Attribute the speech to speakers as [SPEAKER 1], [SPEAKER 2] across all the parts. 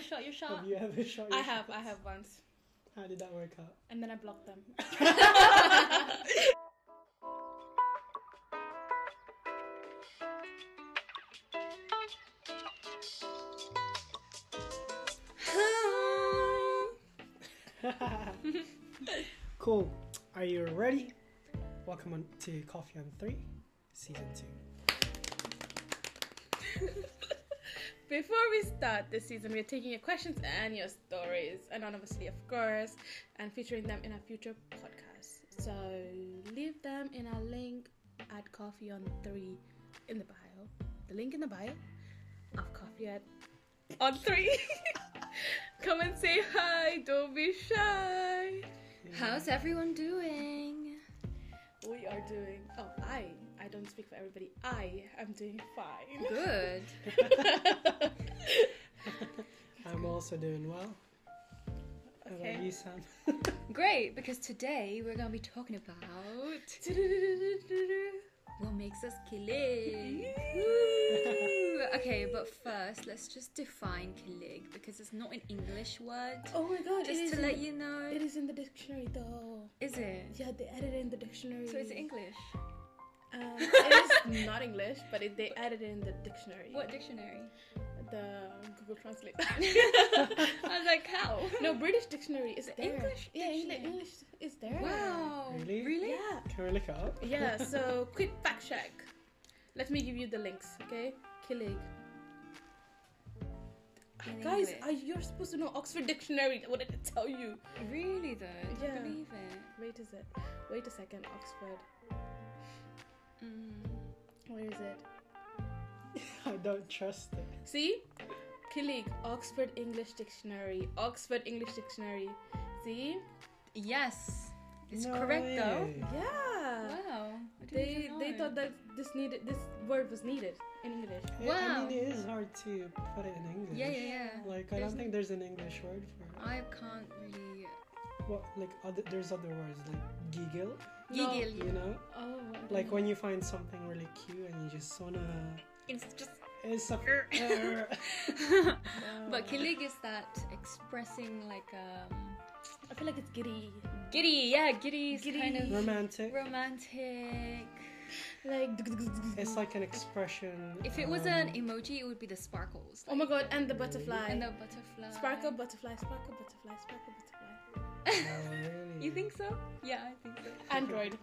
[SPEAKER 1] shot your shot?
[SPEAKER 2] Have you ever shot your
[SPEAKER 1] I have,
[SPEAKER 2] shots?
[SPEAKER 1] I have once.
[SPEAKER 2] How did that work out?
[SPEAKER 1] And then I blocked them.
[SPEAKER 2] cool. Are you ready? Welcome on to Coffee on Three, Season Two.
[SPEAKER 1] Before we start this season, we're taking your questions and your stories anonymously, of course, and featuring them in our future podcasts. So leave them in our link at Coffee on Three in the bio. The link in the bio of Coffee at on Three. Come and say hi. Don't be shy.
[SPEAKER 3] How's everyone doing?
[SPEAKER 1] We are doing. Oh, I. I don't speak for everybody. I am doing fine.
[SPEAKER 3] Good.
[SPEAKER 2] I'm also doing well. How
[SPEAKER 1] Okay.
[SPEAKER 2] about you, Sam?
[SPEAKER 3] Great, because today we're gonna be talking about what makes us killing. Woo! Okay, but first let's just define killing because it's not an English word.
[SPEAKER 1] Oh my god, it
[SPEAKER 3] Just
[SPEAKER 1] is,
[SPEAKER 3] to
[SPEAKER 1] in,
[SPEAKER 3] let you know,
[SPEAKER 1] it is in the dictionary though.
[SPEAKER 3] is it?
[SPEAKER 1] Yeah, they added it in the dictionary.
[SPEAKER 3] So it's English.
[SPEAKER 1] Um, it is not English, but it, they added it in the dictionary.
[SPEAKER 3] What dictionary?
[SPEAKER 1] The Google Translate.
[SPEAKER 3] I was like, how?
[SPEAKER 1] no, British dictionary is
[SPEAKER 3] The
[SPEAKER 1] there.
[SPEAKER 3] English
[SPEAKER 1] yeah, Engli-
[SPEAKER 3] dictionary.
[SPEAKER 1] English is there.
[SPEAKER 3] Wow.
[SPEAKER 2] Really?
[SPEAKER 3] Really?
[SPEAKER 1] Yeah.
[SPEAKER 2] Can we look it up?
[SPEAKER 1] Yeah, so quick fact check. Let me give you the links, okay? Killing.
[SPEAKER 3] In
[SPEAKER 1] Guys,
[SPEAKER 3] English.
[SPEAKER 1] are you're supposed to know Oxford Dictionary. What did it tell you?
[SPEAKER 3] Really though? I
[SPEAKER 1] Yeah.
[SPEAKER 3] can't believe it.
[SPEAKER 1] Wait is it? Wait a second, Oxford.
[SPEAKER 3] Mm.
[SPEAKER 1] Where is it?
[SPEAKER 2] I don't trust it.
[SPEAKER 1] See? Killing. Oxford English Dictionary. Oxford English Dictionary. See?
[SPEAKER 3] Yes, it's
[SPEAKER 2] No
[SPEAKER 3] correct
[SPEAKER 2] way.
[SPEAKER 3] though.
[SPEAKER 1] Yeah.
[SPEAKER 3] Wow. I didn't
[SPEAKER 1] Uh, They
[SPEAKER 3] even
[SPEAKER 1] they
[SPEAKER 3] know.
[SPEAKER 1] thought that this needed this word was needed in English.
[SPEAKER 2] I- I
[SPEAKER 3] Wow.
[SPEAKER 2] mean, it is hard to put it in English.
[SPEAKER 3] Yeah, yeah, yeah.
[SPEAKER 2] Like, I
[SPEAKER 3] There's Uh.
[SPEAKER 2] don't think there's an English word for
[SPEAKER 3] I can't really.
[SPEAKER 2] it. What, like, other, there's other words, like giggle,
[SPEAKER 1] No.
[SPEAKER 3] Giggle. Mm-hmm.
[SPEAKER 2] you know?
[SPEAKER 1] Oh. I don't
[SPEAKER 2] Like
[SPEAKER 1] know.
[SPEAKER 2] when you find something really cute and you just wanna.
[SPEAKER 3] It's just.
[SPEAKER 2] It's a. uh,
[SPEAKER 3] but kilig is that expressing like um
[SPEAKER 1] I feel like it's giddy.
[SPEAKER 3] giddy, yeah, giddy is kind
[SPEAKER 1] Giddy.
[SPEAKER 3] of
[SPEAKER 2] romantic.
[SPEAKER 3] romantic.
[SPEAKER 1] Like.
[SPEAKER 2] It's like an expression.
[SPEAKER 3] If it was an
[SPEAKER 2] um,
[SPEAKER 3] emoji, it would be the sparkles
[SPEAKER 1] Oh my god! And the butterfly.
[SPEAKER 3] and the butterfly.
[SPEAKER 1] Sparkle butterfly, sparkle butterfly, sparkle butterfly.
[SPEAKER 2] oh, really?
[SPEAKER 3] You think so? Yeah, I think so.
[SPEAKER 1] Android.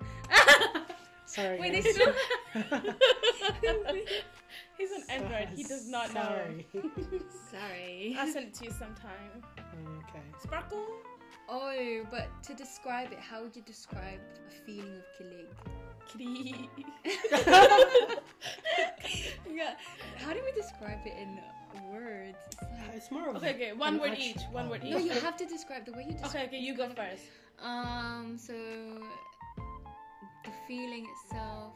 [SPEAKER 2] Sorry.
[SPEAKER 3] Wait, they
[SPEAKER 2] guys.
[SPEAKER 3] still.
[SPEAKER 1] He's an Android. He does not
[SPEAKER 2] Sorry.
[SPEAKER 3] Sorry.
[SPEAKER 1] know. I'll send it to you sometime.
[SPEAKER 2] okay.
[SPEAKER 1] Sparkle.
[SPEAKER 3] Oh, but to describe it, how would you describe a feeling of kilig?
[SPEAKER 1] Kitty.
[SPEAKER 3] Yeah. How do we describe it in words? It's like-
[SPEAKER 2] It's more of
[SPEAKER 1] Okay, okay.
[SPEAKER 2] an
[SPEAKER 1] One word
[SPEAKER 2] action-
[SPEAKER 1] each. One word
[SPEAKER 2] oh,
[SPEAKER 3] No,
[SPEAKER 1] each.
[SPEAKER 3] you have to describe the way you describe.
[SPEAKER 1] Okay, okay. You go first.
[SPEAKER 3] Um, so the feeling itself,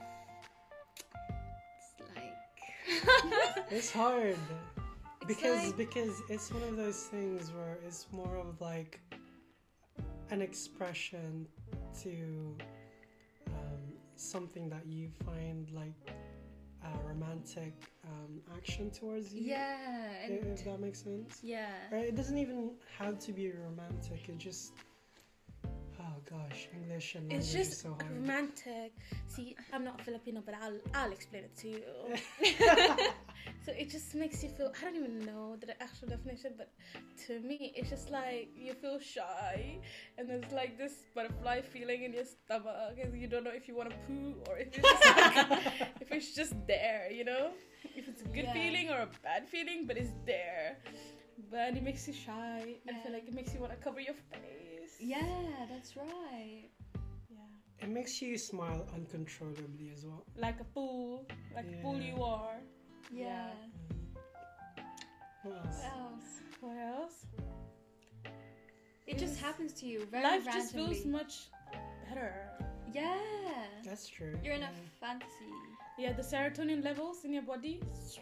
[SPEAKER 3] it's like
[SPEAKER 2] It's hard
[SPEAKER 3] It's
[SPEAKER 2] because
[SPEAKER 3] like-
[SPEAKER 2] because it's one of those things where it's more of like an expression to um, something that you find like a romantic um, action towards you.
[SPEAKER 3] yeah,
[SPEAKER 2] i-
[SPEAKER 3] and
[SPEAKER 2] If that makes sense.
[SPEAKER 3] yeah,
[SPEAKER 2] Right, It doesn't even have to be romantic. It just oh gosh, English and
[SPEAKER 1] It's
[SPEAKER 2] language
[SPEAKER 1] just
[SPEAKER 2] is so hard.
[SPEAKER 1] romantic. See, I'm not Filipino, but I'll I'll explain it to you. so it just makes you feel. I don't even know the actual definition, but to me, it's just like you feel shy, and there's like this butterfly feeling in your stomach, and you don't know if you want to poo or if it's just, like, if it's just there, you know, if it's a good
[SPEAKER 3] Yeah.
[SPEAKER 1] feeling or a bad feeling, but it's there. But it makes you shy. and I feel
[SPEAKER 3] Yeah.
[SPEAKER 1] like it makes you want to cover your face.
[SPEAKER 3] yeah, that's right.
[SPEAKER 1] Yeah.
[SPEAKER 2] It makes you smile uncontrollably as well.
[SPEAKER 1] like a fool, like a fool
[SPEAKER 2] Yeah.
[SPEAKER 1] you are. Yeah.
[SPEAKER 3] Yeah.
[SPEAKER 2] Mm. What else?
[SPEAKER 3] What else?
[SPEAKER 1] What else?
[SPEAKER 3] It just
[SPEAKER 1] Yes.
[SPEAKER 3] happens to you very
[SPEAKER 1] Life
[SPEAKER 3] randomly.
[SPEAKER 1] just feels much better.
[SPEAKER 3] yeah,
[SPEAKER 2] That's true.
[SPEAKER 3] you're in a
[SPEAKER 2] yeah.
[SPEAKER 3] fantasy.
[SPEAKER 1] Yeah, the serotonin levels in your body s-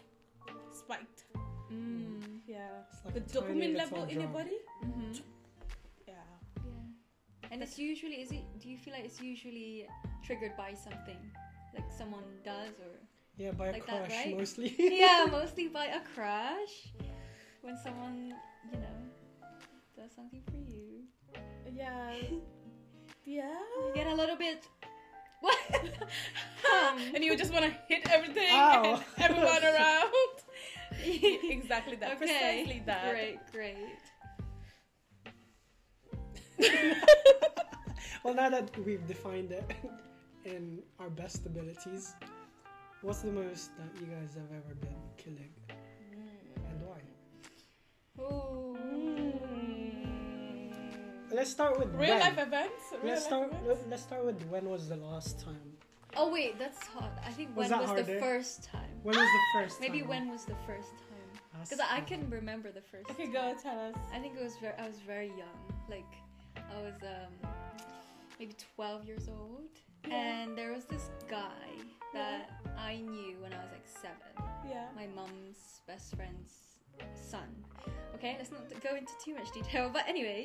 [SPEAKER 1] spiked.
[SPEAKER 3] Mm.
[SPEAKER 1] Yeah,
[SPEAKER 2] It's like
[SPEAKER 1] the
[SPEAKER 2] a tiny
[SPEAKER 1] dopamine
[SPEAKER 2] little
[SPEAKER 1] level in your
[SPEAKER 2] drug.
[SPEAKER 1] body.
[SPEAKER 3] hmm
[SPEAKER 1] Yeah.
[SPEAKER 3] Yeah. And it's usually is it do you feel like it's usually triggered by something? Like someone does or
[SPEAKER 2] Yeah, by a
[SPEAKER 3] Like that,
[SPEAKER 2] crush
[SPEAKER 3] right?
[SPEAKER 2] mostly.
[SPEAKER 3] Yeah, mostly by a crush. when someone, you know, does something for you.
[SPEAKER 1] Yeah. Yeah.
[SPEAKER 3] You get a little bit. What? um,
[SPEAKER 1] And you just want to hit everything
[SPEAKER 2] Ow.
[SPEAKER 1] and everyone around. exactly that. Precisely that.
[SPEAKER 3] Great, great.
[SPEAKER 1] Mm.
[SPEAKER 2] Well, now that we've defined it in our best abilities, what's the most that you guys have ever been killing and why?
[SPEAKER 3] Ooh.
[SPEAKER 2] Let's start with
[SPEAKER 1] Real
[SPEAKER 2] when.
[SPEAKER 1] life events? Real
[SPEAKER 2] Let's
[SPEAKER 1] life
[SPEAKER 2] start.
[SPEAKER 1] events?
[SPEAKER 2] let- Let's start with when was the last time?
[SPEAKER 3] Oh wait, that's hard. I think
[SPEAKER 2] Was
[SPEAKER 3] when
[SPEAKER 2] that
[SPEAKER 3] was the
[SPEAKER 2] harder?
[SPEAKER 3] first time?
[SPEAKER 2] When was the
[SPEAKER 1] Ah,
[SPEAKER 2] first time?
[SPEAKER 3] Maybe when was the first time?
[SPEAKER 2] Last
[SPEAKER 3] Because I
[SPEAKER 2] time.
[SPEAKER 3] can remember the first.
[SPEAKER 1] Okay,
[SPEAKER 3] time.
[SPEAKER 1] go tell us.
[SPEAKER 3] I think it was very, I was very young. Like I was um maybe 12 years old
[SPEAKER 1] Yeah.
[SPEAKER 3] and there was this guy that I knew when I was like 7.
[SPEAKER 1] Yeah.
[SPEAKER 3] My mum's best friend's son. Okay, let's not go into too much detail, but anyway,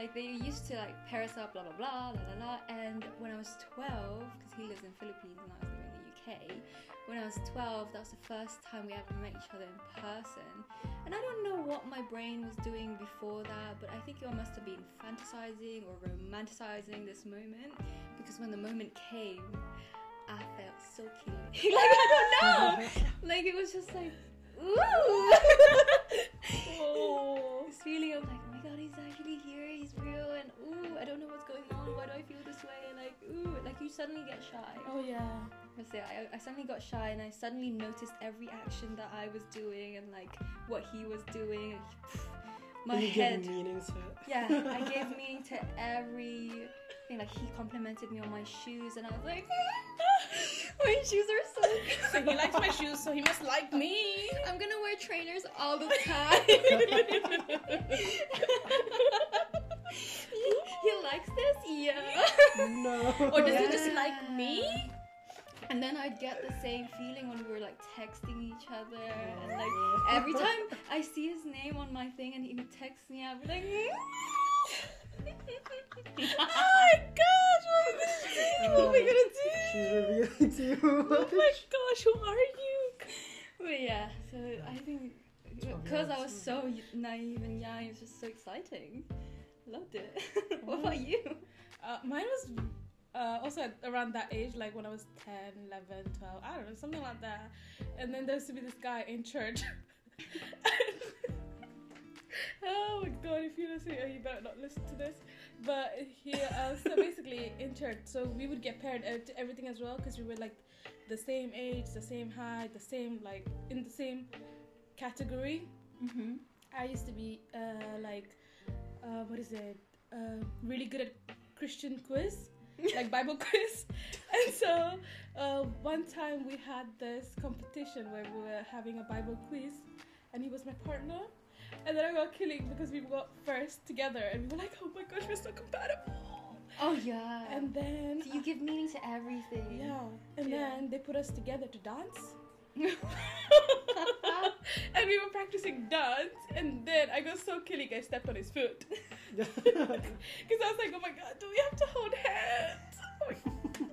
[SPEAKER 3] like they used to like pair us up, blah blah blah, la la la. And when I was 12, because he lives in Philippines and I was living in the UK, when I was 12, that was the first time we ever met each other in person. And I don't know what my brain was doing before that, but I think I must have been fantasizing or romanticizing this moment because when the moment came, I felt so cute. like I don't know, like it was just like, ooh.
[SPEAKER 1] Oh.
[SPEAKER 3] this feeling of like, oh my god, he's actually here, he's real, and ooh, I don't know what's going on, why do I feel this way? Like, ooh, like you suddenly get shy.
[SPEAKER 1] Oh yeah.
[SPEAKER 3] That's it. I, I suddenly got shy and I suddenly noticed every action that I was doing and like what he was doing. And my
[SPEAKER 2] you
[SPEAKER 3] head.
[SPEAKER 2] Give meaning to it.
[SPEAKER 3] yeah, I gave meaning to every thing. Like he complimented me on my shoes and I was like, my shoes are so good.
[SPEAKER 1] So he likes my shoes, so he must like me.
[SPEAKER 3] I'm gonna wear trainers all the time. he likes this, yeah.
[SPEAKER 2] no.
[SPEAKER 1] Or does he
[SPEAKER 3] Yeah.
[SPEAKER 1] just like me?
[SPEAKER 3] And then I'd get the same feeling when we were like texting each other, and like every time I see his name on my thing and he would text me, I'd be like,
[SPEAKER 1] oh my gosh, what are they- what are we gonna do?
[SPEAKER 2] She's revealing to you.
[SPEAKER 1] Oh my gosh, who are you?
[SPEAKER 3] but yeah, so I think
[SPEAKER 2] Twelve
[SPEAKER 3] because I
[SPEAKER 2] years.
[SPEAKER 3] was so y- naive and young, it was just so exciting. Loved it. what about you?
[SPEAKER 1] Uh, mine was uh, also at- around that age, like when I was 10, 11, 12, I don't know, something like that. And then there used to be this guy in church. oh my god, if you listen, oh, you better not listen to this. But he, uh, so basically in church, so we would get paired out to everything as well because we were like the same age, the same height, the same, like in the same category.
[SPEAKER 3] Mm-hmm.
[SPEAKER 1] I used to be uh, like, uh, what is it? Uh, really good at Christian quiz, like Bible quiz. And so uh, one time we had this competition where we were having a Bible quiz, and he was my partner. And then I got killing because we got first together, and we were like, oh my gosh, we're so compatible.
[SPEAKER 3] Oh yeah.
[SPEAKER 1] And then,
[SPEAKER 3] so you give meaning to everything.
[SPEAKER 1] yeah, and
[SPEAKER 3] Yeah.
[SPEAKER 1] then they put us together to dance. and we were practicing dance, and then I got so killing. I stepped on his foot because I was like, "Oh my god, do we have to hold hands?" Oh my-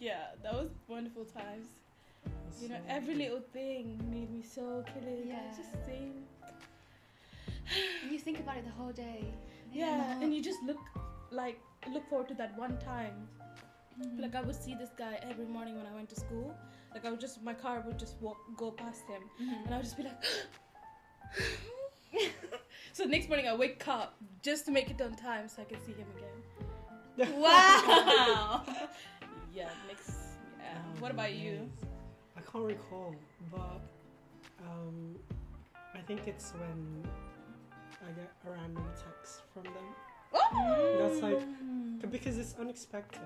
[SPEAKER 1] yeah, that was wonderful times. You know, every little thing made me so killing. I
[SPEAKER 3] Yeah.
[SPEAKER 1] just sing.
[SPEAKER 3] you think about it the whole day.
[SPEAKER 1] Yeah, and you just look like look forward to that one time. Like I would see this guy every morning when I went to school. Like I would just my car would just walk go past him, and I would just be like. So the next morning I wake up just to make it on time so I can see him again.
[SPEAKER 3] wow.
[SPEAKER 1] Yeah, next. Yeah.
[SPEAKER 2] Oh,
[SPEAKER 1] what about you?
[SPEAKER 2] nice. I can't recall, but um, I think it's when I get a random text from them That's like-
[SPEAKER 3] Mm.
[SPEAKER 2] because it's unexpected,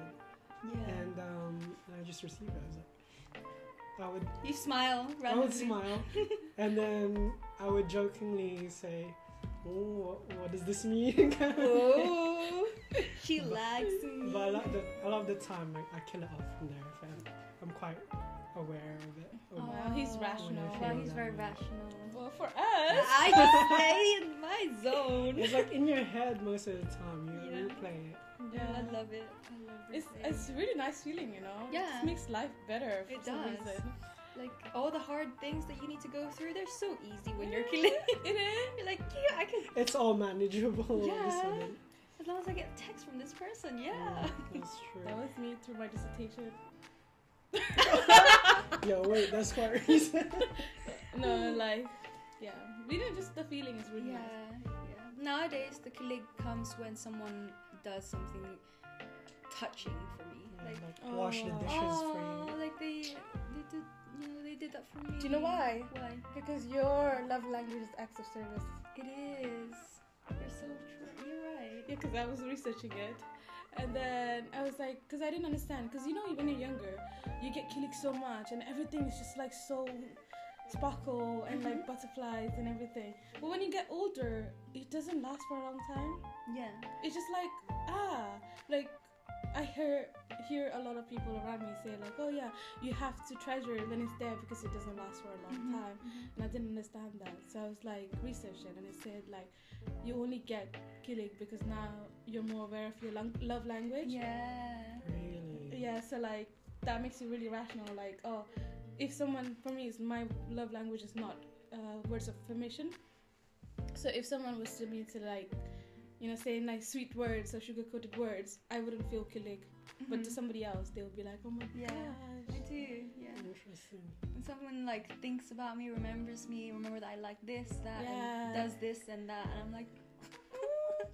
[SPEAKER 3] yeah.
[SPEAKER 2] and um, and I just receive it. I was like, I would,
[SPEAKER 3] You smile
[SPEAKER 2] I
[SPEAKER 3] randomly.
[SPEAKER 2] would Oh, smile, and then I would jokingly say, "Oh, what, what does this mean?" Kind of thing.
[SPEAKER 3] Oh, she
[SPEAKER 2] But-
[SPEAKER 3] likes me.
[SPEAKER 2] But I love the I love the time I, I kill it off from there. If I'm, I'm quite aware of it. of
[SPEAKER 3] Oh,
[SPEAKER 1] Wow, he's
[SPEAKER 3] Wow.
[SPEAKER 1] rational.
[SPEAKER 2] Wonderful.
[SPEAKER 3] Wow, he's
[SPEAKER 2] that
[SPEAKER 3] very
[SPEAKER 2] way.
[SPEAKER 3] rational.
[SPEAKER 1] Well, for us,
[SPEAKER 3] I just stay in my zone.
[SPEAKER 2] It's like in your head most of the time. You
[SPEAKER 3] Yeah.
[SPEAKER 2] replay it.
[SPEAKER 3] Yeah, I love it. I love it.
[SPEAKER 1] It's it's a really nice feeling, you know. It
[SPEAKER 3] Yeah.
[SPEAKER 1] just makes life better. For
[SPEAKER 3] It
[SPEAKER 1] some
[SPEAKER 3] does.
[SPEAKER 1] Reason.
[SPEAKER 3] like all the hard things that you need to go through, they're so easy when you're killing. you're like, yeah, I can.
[SPEAKER 2] It's all manageable all of a
[SPEAKER 3] Yeah.
[SPEAKER 2] sudden.
[SPEAKER 3] As long as I get a text from this person, yeah.
[SPEAKER 2] That's true.
[SPEAKER 1] That was me through my dissertation.
[SPEAKER 2] Yo, wait, that's quite reason.
[SPEAKER 1] No, like, yeah. You know, just the feeling is really
[SPEAKER 3] Yeah,
[SPEAKER 1] nice.
[SPEAKER 3] yeah. Nowadays, the killing comes when someone does something touching for me. Like,
[SPEAKER 2] like, wash the
[SPEAKER 1] Oh.
[SPEAKER 2] dishes
[SPEAKER 3] oh,
[SPEAKER 2] for you.
[SPEAKER 3] like they, they did, you know, they did that for me.
[SPEAKER 1] Do you know why?
[SPEAKER 3] Why?
[SPEAKER 1] Because your love language is acts of service.
[SPEAKER 3] It is. You're so true. You're right.
[SPEAKER 1] Yeah, because I was researching it. And then I was like, because I didn't understand. Because you know, when you're younger, you get kilik so much, and everything is just like so sparkle and like butterflies and everything. But when you get older, it doesn't last for a long time.
[SPEAKER 3] Yeah.
[SPEAKER 1] It's just like, ah, like I hear hear a lot of people around me say like, oh yeah, you have to treasure it when it's there because it doesn't last for a long
[SPEAKER 3] Mhm.
[SPEAKER 1] time. And I didn't understand that. So I was like researching and it said like you only get killing because now you're more aware of your lang- love language.
[SPEAKER 3] Mm-hmm. Yeah. Mm-hmm.
[SPEAKER 2] Really?
[SPEAKER 1] Yeah, so like that makes you really rational. Like, oh, if someone for me is my love language is not uh, words of affirmation. So if someone was to me to like, you know, say nice sweet words or sugar coated words, I wouldn't feel killing. But to
[SPEAKER 3] Mhm.
[SPEAKER 1] somebody else, they would be like, oh my
[SPEAKER 3] Yeah.
[SPEAKER 1] gosh.
[SPEAKER 3] I do, yeah.
[SPEAKER 2] Interesting.
[SPEAKER 3] When someone like thinks about me, remembers me, remember that I like this, that,
[SPEAKER 1] Yeah.
[SPEAKER 3] and does this and that, and I'm like,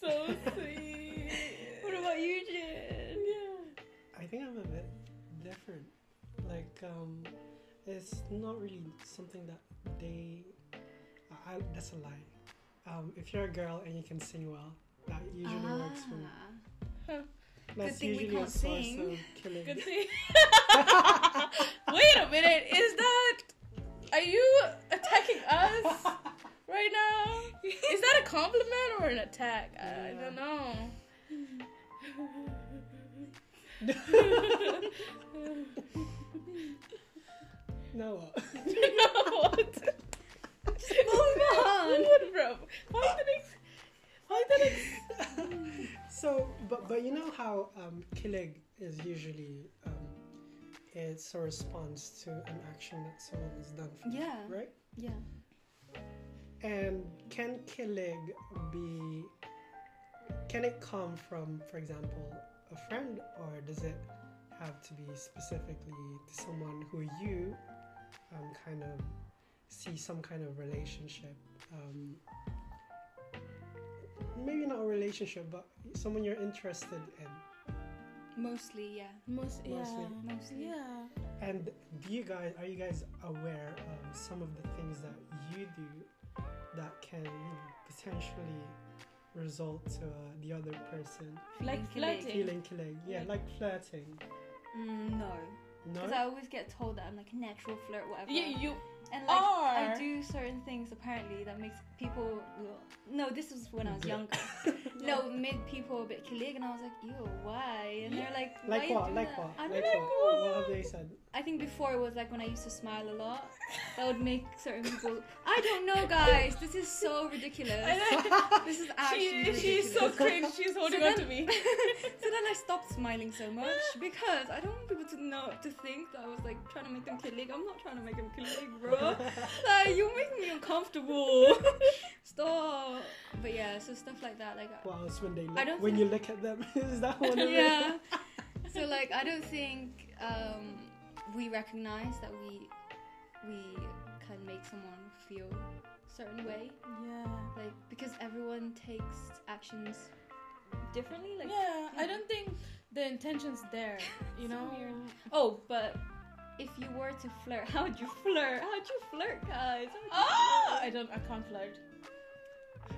[SPEAKER 1] So sweet.
[SPEAKER 3] what about you, Jin?
[SPEAKER 1] Yeah.
[SPEAKER 2] I think I'm a bit different. Like, um, it's not really something that they. I, I- that's a lie. Um, if you're a girl and you can sing well, that usually works for me.
[SPEAKER 3] Ah.
[SPEAKER 1] Ah,
[SPEAKER 2] That's
[SPEAKER 3] thing we
[SPEAKER 2] usually a
[SPEAKER 3] can't
[SPEAKER 2] source
[SPEAKER 3] sing.
[SPEAKER 2] of killing.
[SPEAKER 1] Good thing. Wait a minute. Is that? Are you attacking us right now? Is that a compliment or an attack? I, I don't know.
[SPEAKER 2] no. what?
[SPEAKER 1] you know what? Just move
[SPEAKER 3] on.
[SPEAKER 1] What, bro? Why the next? Why the next?
[SPEAKER 2] so, but but you know how um, killing is usually um, it's a response to an action that someone has done for you,
[SPEAKER 3] Yeah.
[SPEAKER 2] right?
[SPEAKER 3] Yeah.
[SPEAKER 2] And can killing be? Can it come from, for example, a friend, or does it have to be specifically to someone who you um, kind of see some kind of relationship? Um, maybe not a relationship, but someone you're interested in.
[SPEAKER 3] Mostly, yeah.
[SPEAKER 1] Most, yeah.
[SPEAKER 2] Mostly.
[SPEAKER 3] Mostly.
[SPEAKER 1] Yeah.
[SPEAKER 2] And do you guys are you guys aware of some of the things that you do that can you know, potentially result to uh, the other person
[SPEAKER 1] Like
[SPEAKER 3] Feeling
[SPEAKER 1] flirting.
[SPEAKER 2] feeling killing? Yeah,
[SPEAKER 1] Like-
[SPEAKER 2] like flirting.
[SPEAKER 3] Mm, no.
[SPEAKER 2] No,
[SPEAKER 3] Because I always get told that I'm like a natural flirt, whatever.
[SPEAKER 1] You, you
[SPEAKER 3] and like I
[SPEAKER 1] are.
[SPEAKER 3] do certain things apparently that makes people. No, this was when I was
[SPEAKER 2] Yeah.
[SPEAKER 3] younger. no, made people a bit kilig, and I was like, ew, why? And they're like, why
[SPEAKER 2] like
[SPEAKER 3] you
[SPEAKER 2] what?
[SPEAKER 3] do
[SPEAKER 2] Like
[SPEAKER 3] that?
[SPEAKER 2] what?
[SPEAKER 3] I don't
[SPEAKER 2] Like
[SPEAKER 3] know.
[SPEAKER 2] what? What have they said?
[SPEAKER 3] I think before it was like when I used to smile a lot. That would make certain people. I don't know, guys. This is so ridiculous. This is actually
[SPEAKER 1] Ah, she, she's so
[SPEAKER 3] ridiculous.
[SPEAKER 1] cringe. She's holding on to me.
[SPEAKER 3] so then I stopped smiling so much because I don't want people to know to think that I was like trying to make them killing. I'm not trying to make them killing, bro. like you make me uncomfortable. Stop. But yeah, so stuff like that, like
[SPEAKER 2] What else when they
[SPEAKER 3] I
[SPEAKER 2] look,
[SPEAKER 3] don't
[SPEAKER 2] when
[SPEAKER 3] think-
[SPEAKER 2] you look at them? Is that one of it?
[SPEAKER 3] yeah. So like I don't think um, we recognize that we we can make someone feel a certain way,
[SPEAKER 1] Yeah.
[SPEAKER 3] like because everyone takes actions differently. Like
[SPEAKER 1] yeah, I
[SPEAKER 3] yeah.
[SPEAKER 1] don't think the intention's there, you
[SPEAKER 3] So
[SPEAKER 1] know?
[SPEAKER 3] weird. oh, but if you were to flirt, how would you flirt? How'd you flirt, guys?
[SPEAKER 1] Ah! I don't, I can't flirt.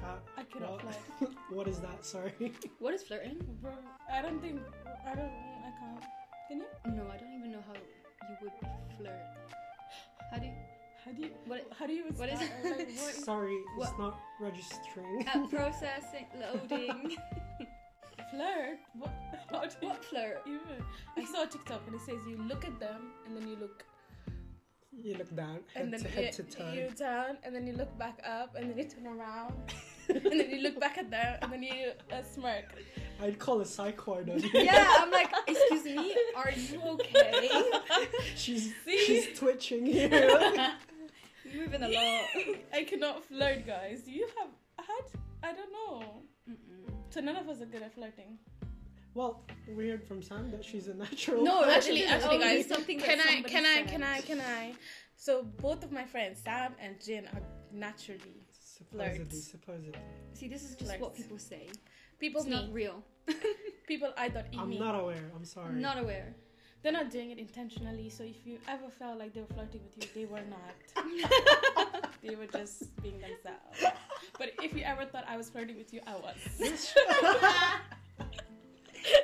[SPEAKER 2] How-
[SPEAKER 1] I cannot
[SPEAKER 2] Uh, well,
[SPEAKER 1] flirt.
[SPEAKER 2] what is that? Sorry.
[SPEAKER 3] What is flirting?
[SPEAKER 1] Bro, I don't think, I don't, I can't. Can you?
[SPEAKER 3] No, I don't even know how you would flirt. How do you?
[SPEAKER 1] How do you,
[SPEAKER 3] What?
[SPEAKER 1] how do you even
[SPEAKER 3] what is-
[SPEAKER 1] start? Like, what-
[SPEAKER 2] Sorry, it's
[SPEAKER 3] What?
[SPEAKER 2] not registering.
[SPEAKER 3] Uh, processing, loading.
[SPEAKER 1] flirt? What? How do you
[SPEAKER 3] what flirt?
[SPEAKER 1] even? I saw a TikTok and it says you look at them and then you look,
[SPEAKER 2] you look down head
[SPEAKER 1] and then
[SPEAKER 2] to head
[SPEAKER 1] you,
[SPEAKER 2] to toe.
[SPEAKER 1] you down, and then you look back up, and then you turn around. and then you look back at them and then you uh, smirk.
[SPEAKER 2] I'd call a psych ward on you.
[SPEAKER 3] Yeah, I'm like, excuse me, are you okay?
[SPEAKER 2] She's
[SPEAKER 1] See?
[SPEAKER 2] she's twitching here.
[SPEAKER 3] You're moving a lot.
[SPEAKER 1] I cannot flirt, guys. You have had. I don't know.
[SPEAKER 3] Mm-mm.
[SPEAKER 1] So none of us are good at flirting.
[SPEAKER 2] well, we heard from Sam that she's a natural.
[SPEAKER 1] No,
[SPEAKER 3] But
[SPEAKER 1] actually,
[SPEAKER 3] this is
[SPEAKER 1] actually,
[SPEAKER 3] only
[SPEAKER 1] guys,
[SPEAKER 3] something that
[SPEAKER 1] Can I?
[SPEAKER 3] somebody
[SPEAKER 1] Can I?
[SPEAKER 3] said.
[SPEAKER 1] Can I? Can I? So both of my friends, Sam and Jin, are naturally
[SPEAKER 2] supposedly,
[SPEAKER 1] Flirts.
[SPEAKER 2] supposedly.
[SPEAKER 3] See, this is just
[SPEAKER 1] Like-
[SPEAKER 3] what people say.
[SPEAKER 1] people.
[SPEAKER 3] It's
[SPEAKER 1] Me,
[SPEAKER 3] not real.
[SPEAKER 1] people. I thought.
[SPEAKER 2] I'm
[SPEAKER 1] me.
[SPEAKER 2] not aware. I'm sorry.
[SPEAKER 3] Not aware.
[SPEAKER 1] They're not doing it intentionally. So if you ever felt like they were flirting with you, they were not. they were just being themselves. But if you ever thought I was flirting with you, I was.
[SPEAKER 2] That's true.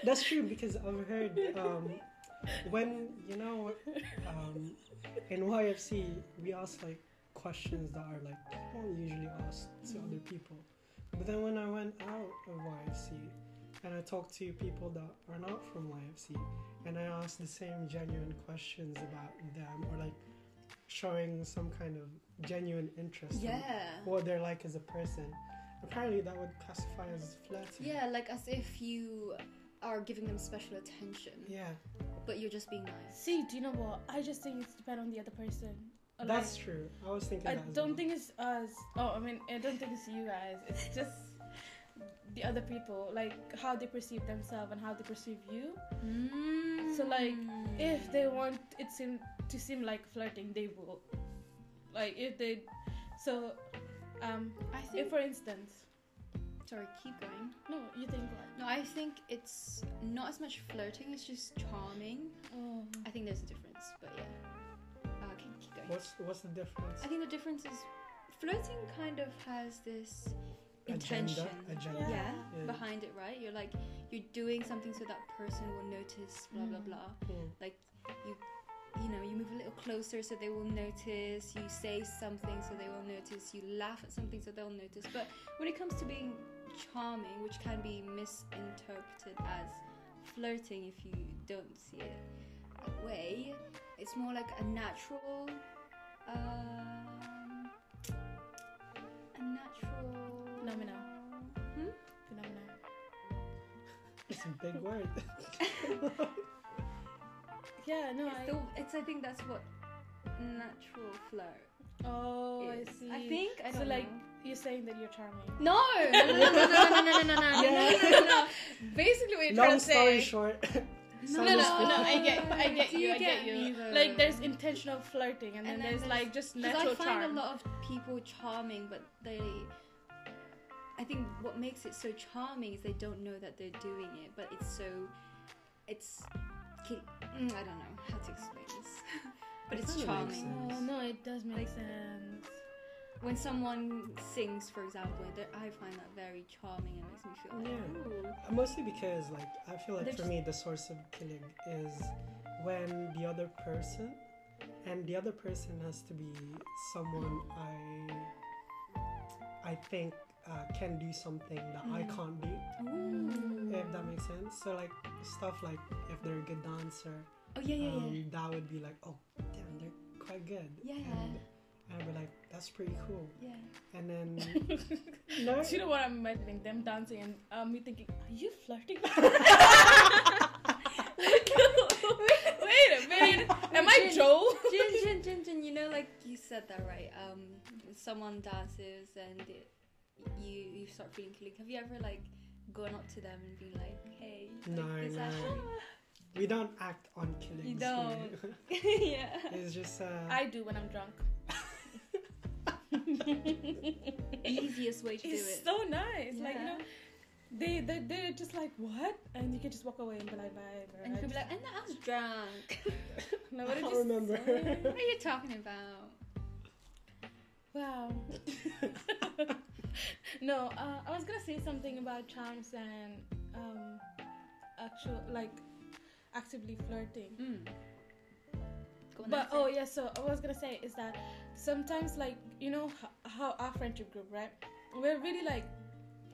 [SPEAKER 2] That's true because I've heard um, when you know um, in YFC we ask like questions that are like people don't usually ask to
[SPEAKER 3] Mm-hmm.
[SPEAKER 2] other people. But then when I went out of YFC and I talked to people that are not from YFC and I asked the same genuine questions about them or like showing some kind of genuine interest in
[SPEAKER 3] Yeah.
[SPEAKER 2] what they're like as a person. Apparently that would classify as flirting.
[SPEAKER 3] Yeah, like as if you are giving them special attention,
[SPEAKER 2] Yeah.
[SPEAKER 3] but you're just being nice.
[SPEAKER 1] See, do you know what? I just think it's depend on the other person. Or like-
[SPEAKER 2] That's true. I was thinking.
[SPEAKER 1] I
[SPEAKER 2] that as
[SPEAKER 1] don't
[SPEAKER 2] well.
[SPEAKER 1] think it's us. Oh, I mean, I don't think it's you guys. It's just the other people, like how they perceive themselves and how they perceive you. Mm. So, like,
[SPEAKER 3] Mm.
[SPEAKER 1] If they want it seem to seem like flirting, they will. Like if they, so, um,
[SPEAKER 3] I
[SPEAKER 1] if
[SPEAKER 3] think.
[SPEAKER 1] for instance,
[SPEAKER 3] Sorry, keep going.
[SPEAKER 1] no, you think what?
[SPEAKER 3] No, I think it's not as much flirting. It's just charming.
[SPEAKER 1] Oh,
[SPEAKER 3] Um, I think there's a difference, but yeah. Uh, okay, keep going.
[SPEAKER 2] What's what's the difference?
[SPEAKER 3] I think the difference is flirting kind of has this
[SPEAKER 2] Agenda.
[SPEAKER 3] intention.
[SPEAKER 2] Agenda.
[SPEAKER 3] yeah,
[SPEAKER 2] Yeah.
[SPEAKER 3] behind it, right? You're like you're doing something so that person will notice. Blah blah
[SPEAKER 1] Mm.
[SPEAKER 3] blah.
[SPEAKER 2] Mm.
[SPEAKER 3] You know, you move a little closer so they will notice. You say something so they will notice. You laugh at something so they'll notice. But when it comes to being charming, which can be misinterpreted as flirting if you don't see it that way, it's more like a natural. Um, a natural.
[SPEAKER 1] Phenomenon.
[SPEAKER 3] Hmm?
[SPEAKER 1] phenomena.
[SPEAKER 2] It's a big word.
[SPEAKER 1] Yeah, no,
[SPEAKER 3] It's,
[SPEAKER 1] I.
[SPEAKER 3] the- it's I think that's what natural flirt.
[SPEAKER 1] Oh, I
[SPEAKER 3] is.
[SPEAKER 1] see.
[SPEAKER 3] I think I
[SPEAKER 1] So,
[SPEAKER 3] don't
[SPEAKER 1] like,
[SPEAKER 3] know.
[SPEAKER 1] You're saying that you're charming.
[SPEAKER 3] No, no, no, no, no, no, no, no, no, no,
[SPEAKER 2] Yeah.
[SPEAKER 3] no, no, no.
[SPEAKER 1] Basically, what you're trying
[SPEAKER 2] Long
[SPEAKER 1] to say.
[SPEAKER 2] story short.
[SPEAKER 3] No,
[SPEAKER 1] No,
[SPEAKER 2] Sam
[SPEAKER 1] no, no,
[SPEAKER 2] is speaking.
[SPEAKER 1] I get, I get
[SPEAKER 3] Do
[SPEAKER 1] you,
[SPEAKER 3] you
[SPEAKER 1] I
[SPEAKER 3] get
[SPEAKER 1] get you.
[SPEAKER 3] me, though?
[SPEAKER 1] Like, there's intentional flirting, and, then,
[SPEAKER 3] And then
[SPEAKER 1] there's,
[SPEAKER 3] there's-
[SPEAKER 1] like just
[SPEAKER 3] Because
[SPEAKER 1] natural
[SPEAKER 3] I find
[SPEAKER 1] charm.
[SPEAKER 3] a lot of people charming, but they. I think what makes it so charming is they don't know that they're doing it, but it's so. It's. ki- mm, I don't know how to explain this. but
[SPEAKER 2] It
[SPEAKER 3] it's
[SPEAKER 2] kinda makes
[SPEAKER 3] charming.
[SPEAKER 2] sense.
[SPEAKER 1] Oh, no, it does make
[SPEAKER 3] Like-
[SPEAKER 1] sense.
[SPEAKER 3] When someone sings, for example, that- I find that very charming and makes me feel like, ooh.
[SPEAKER 2] Mostly because, like, I feel like
[SPEAKER 3] They're
[SPEAKER 2] for me the source of killing is when the other person, and the other person has to be someone I, I think uh, can do something that I
[SPEAKER 1] Mhm.
[SPEAKER 2] can't do.
[SPEAKER 3] Ooh.
[SPEAKER 2] If that makes sense. So like stuff like if they're a good dancer,
[SPEAKER 3] Oh, yeah, yeah, yeah.
[SPEAKER 2] um, that would be like, oh damn, they're quite good.
[SPEAKER 3] Yeah.
[SPEAKER 2] And, and I'd be like, that's pretty cool.
[SPEAKER 3] yeah.
[SPEAKER 2] And then
[SPEAKER 1] Do
[SPEAKER 2] no,
[SPEAKER 1] you know what I'm imagining? Them dancing and um, me thinking, are you flirting? Wait a minute. Am I
[SPEAKER 3] Jin-
[SPEAKER 1] Joel?
[SPEAKER 3] Jin, Jin, Jin, Jin, you know, like you said that right. Um, someone dances and it, you you start feeling killing. Have you ever like gone up to them and been like, hey, like,
[SPEAKER 2] No,
[SPEAKER 3] this
[SPEAKER 2] no.
[SPEAKER 3] actually-
[SPEAKER 2] we don't act on killings.
[SPEAKER 3] You
[SPEAKER 2] we-
[SPEAKER 3] don't. yeah.
[SPEAKER 2] it's just uh,
[SPEAKER 1] I do when I'm drunk.
[SPEAKER 3] Easiest way to do
[SPEAKER 1] it's
[SPEAKER 3] it.
[SPEAKER 1] so nice. Like, you
[SPEAKER 3] Yeah.
[SPEAKER 1] know, they, they, they're just like, what? And you can just walk away and be like, bye. bro.
[SPEAKER 3] and
[SPEAKER 1] I
[SPEAKER 3] you can be
[SPEAKER 1] just-
[SPEAKER 3] like, "Mm, and I was drunk.
[SPEAKER 1] no,
[SPEAKER 2] I
[SPEAKER 1] what did
[SPEAKER 2] can't
[SPEAKER 1] you
[SPEAKER 2] remember.
[SPEAKER 1] say?
[SPEAKER 3] what are you talking about?
[SPEAKER 1] Wow. no, uh, I was gonna say something about charms and um, actual like actively flirting.
[SPEAKER 3] Mm. Go on,
[SPEAKER 1] Hmm. But
[SPEAKER 3] that's
[SPEAKER 1] oh
[SPEAKER 3] it.
[SPEAKER 1] yeah, so what I was gonna say is that sometimes like you know how, how our friendship group, right? We're really like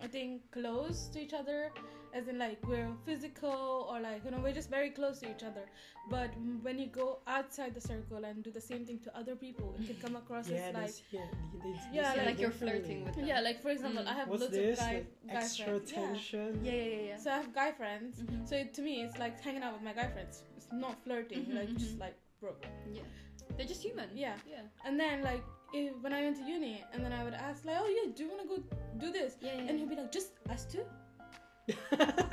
[SPEAKER 1] I think close to each other, as in like we're physical or like you know we're just very close to each other. But when you go outside the circle and do the same thing to other people, it can come across
[SPEAKER 2] yeah,
[SPEAKER 1] as like
[SPEAKER 2] that's- yeah, they- they- they
[SPEAKER 1] Yeah,
[SPEAKER 2] say
[SPEAKER 1] like
[SPEAKER 2] it
[SPEAKER 3] you're
[SPEAKER 2] differently.
[SPEAKER 3] flirting with them.
[SPEAKER 1] yeah, like for example,
[SPEAKER 3] Mm.
[SPEAKER 1] I have
[SPEAKER 2] What's
[SPEAKER 1] loads
[SPEAKER 2] this?
[SPEAKER 1] of guy,
[SPEAKER 2] Like
[SPEAKER 1] guy
[SPEAKER 2] extra Mm-hmm.
[SPEAKER 1] friends. Yeah.
[SPEAKER 2] tension.
[SPEAKER 3] Yeah, yeah, yeah, yeah.
[SPEAKER 1] So I have guy friends.
[SPEAKER 3] Mhm.
[SPEAKER 1] So it, to me, it's like hanging out with my guy friends. It's not flirting,
[SPEAKER 2] Mm-hmm,
[SPEAKER 3] Mhm,
[SPEAKER 1] like just
[SPEAKER 3] mhm.
[SPEAKER 1] like bro.
[SPEAKER 3] yeah. They're just human.
[SPEAKER 1] Yeah.
[SPEAKER 3] Yeah.
[SPEAKER 1] And then like if, when I went to uni, and then I would ask like, oh yeah, do you wanna go do this?
[SPEAKER 3] Yeah, yeah.
[SPEAKER 1] And he'd be like, just us two.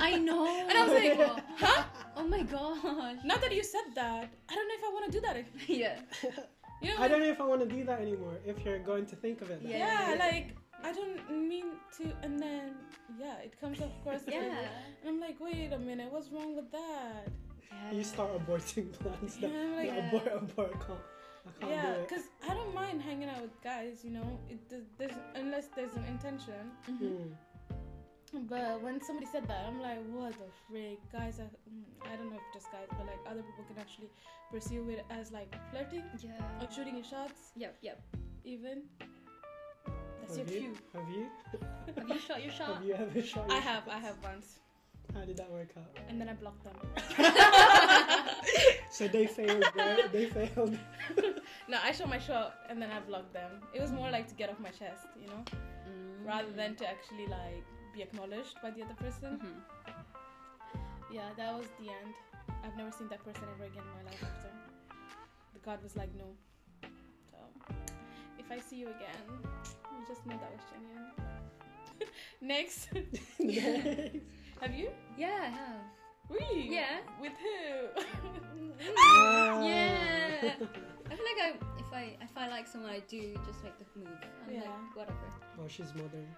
[SPEAKER 3] I know.
[SPEAKER 1] And I was like,
[SPEAKER 3] Oh,
[SPEAKER 1] huh?
[SPEAKER 3] oh my gosh.
[SPEAKER 1] Now that you said that, I don't know if I want to do that.
[SPEAKER 3] yeah.
[SPEAKER 1] You know,
[SPEAKER 2] I don't know if I want to do that anymore. If you're going to think of it, that
[SPEAKER 1] Yeah,
[SPEAKER 3] Yeah,
[SPEAKER 2] way.
[SPEAKER 3] yeah, yeah.
[SPEAKER 1] like I don't mean to. And then yeah, it comes off course.
[SPEAKER 3] Yeah.
[SPEAKER 1] Like, and I'm like, wait a minute, what's wrong with that?
[SPEAKER 3] yeah.
[SPEAKER 2] you start aborting plans.
[SPEAKER 1] Yeah,
[SPEAKER 2] that-
[SPEAKER 1] I'm like, uh,
[SPEAKER 2] that abort, abort. I can't, I can't
[SPEAKER 1] yeah,
[SPEAKER 2] do it.
[SPEAKER 1] because I don't mind hanging out with guys. You know, it does, there's unless there's an intention.
[SPEAKER 3] Mhm.
[SPEAKER 2] Mm.
[SPEAKER 1] But when somebody said that, I'm like, what the frick? Guys, are, mm, I don't know if just guys, but like other people can actually pursue it as like flirting
[SPEAKER 3] Yeah.
[SPEAKER 1] or shooting your shots,
[SPEAKER 3] Yep, yep.
[SPEAKER 1] even. That's
[SPEAKER 2] have
[SPEAKER 1] your
[SPEAKER 2] you?
[SPEAKER 1] cue. Uh,
[SPEAKER 2] Have you?
[SPEAKER 3] Have you shot your shot?
[SPEAKER 2] Have you ever shot?
[SPEAKER 1] I
[SPEAKER 2] your
[SPEAKER 1] have, I
[SPEAKER 2] shots?
[SPEAKER 1] have once,
[SPEAKER 2] How did that work out?
[SPEAKER 1] and then I blocked them.
[SPEAKER 2] So they failed. right? They failed.
[SPEAKER 1] No, I shot my shot, and then I blocked them. It was more like to get off my chest, you know,
[SPEAKER 3] Mm.
[SPEAKER 1] rather than to actually like be acknowledged by the other person.
[SPEAKER 3] Mhm.
[SPEAKER 1] Yeah, that was the end. I've never seen that person ever again in my life after. The God was like, no. So, if I see you again, you just know that was genuine. Next, have you?
[SPEAKER 3] Yeah, I have.
[SPEAKER 1] Really?
[SPEAKER 3] Yeah.
[SPEAKER 1] With who? Ah,
[SPEAKER 2] Wow.
[SPEAKER 3] Yeah. I feel like I, if I if I like someone, I do just make the move. I'm
[SPEAKER 1] Yeah.
[SPEAKER 3] like whatever.
[SPEAKER 2] Oh, she's modern.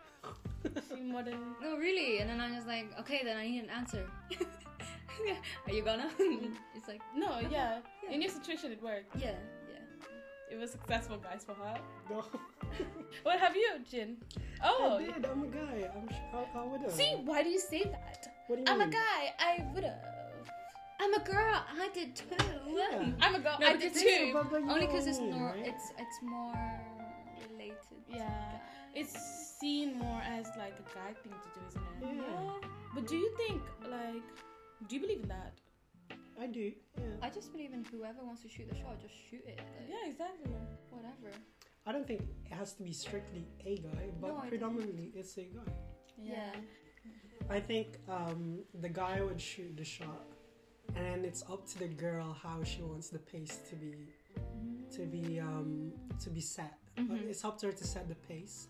[SPEAKER 1] She modern.
[SPEAKER 3] No, really. And then I'm just like, okay, then I need an answer. Are you gonna? it's like,
[SPEAKER 1] No, yeah.
[SPEAKER 3] Yeah.
[SPEAKER 1] In your situation, it worked.
[SPEAKER 3] yeah, yeah.
[SPEAKER 1] It was successful, guys, for her.
[SPEAKER 2] No.
[SPEAKER 1] What have you, Jin? Oh,
[SPEAKER 2] I did. I'm a guy. I'm. Sh- I, I would have.
[SPEAKER 1] see, why do you say that?
[SPEAKER 2] What do you
[SPEAKER 1] I'm a
[SPEAKER 2] mean?
[SPEAKER 1] guy. I would've.
[SPEAKER 3] I'm a girl. I did too.
[SPEAKER 2] Yeah.
[SPEAKER 1] I'm a girl.
[SPEAKER 3] No,
[SPEAKER 1] I
[SPEAKER 3] but
[SPEAKER 1] did
[SPEAKER 3] the
[SPEAKER 1] too.
[SPEAKER 3] thing
[SPEAKER 2] Yeah, but- but you know what
[SPEAKER 3] Only because
[SPEAKER 2] I
[SPEAKER 3] it's
[SPEAKER 2] mean,
[SPEAKER 3] more,
[SPEAKER 2] right?
[SPEAKER 3] it's it's more related. to
[SPEAKER 1] Yeah.
[SPEAKER 3] guy.
[SPEAKER 1] It's seen more as like a guy thing to do, isn't it?
[SPEAKER 2] Yeah.
[SPEAKER 1] But do you think like do you believe in that?
[SPEAKER 2] I do. Yeah.
[SPEAKER 3] I just believe in whoever wants to shoot the shot, just shoot it. Like,
[SPEAKER 1] Yeah, exactly.
[SPEAKER 3] Whatever.
[SPEAKER 2] I don't think it has to be strictly a guy, but
[SPEAKER 3] No, I
[SPEAKER 2] predominantly it's a guy.
[SPEAKER 3] Yeah.
[SPEAKER 2] I think um, the guy would shoot the shot, and it's up to the girl how she wants the pace to be
[SPEAKER 3] Mm-hmm.
[SPEAKER 2] to be um, to be set. Like,
[SPEAKER 1] Mhm.
[SPEAKER 2] It's up to her to set the pace.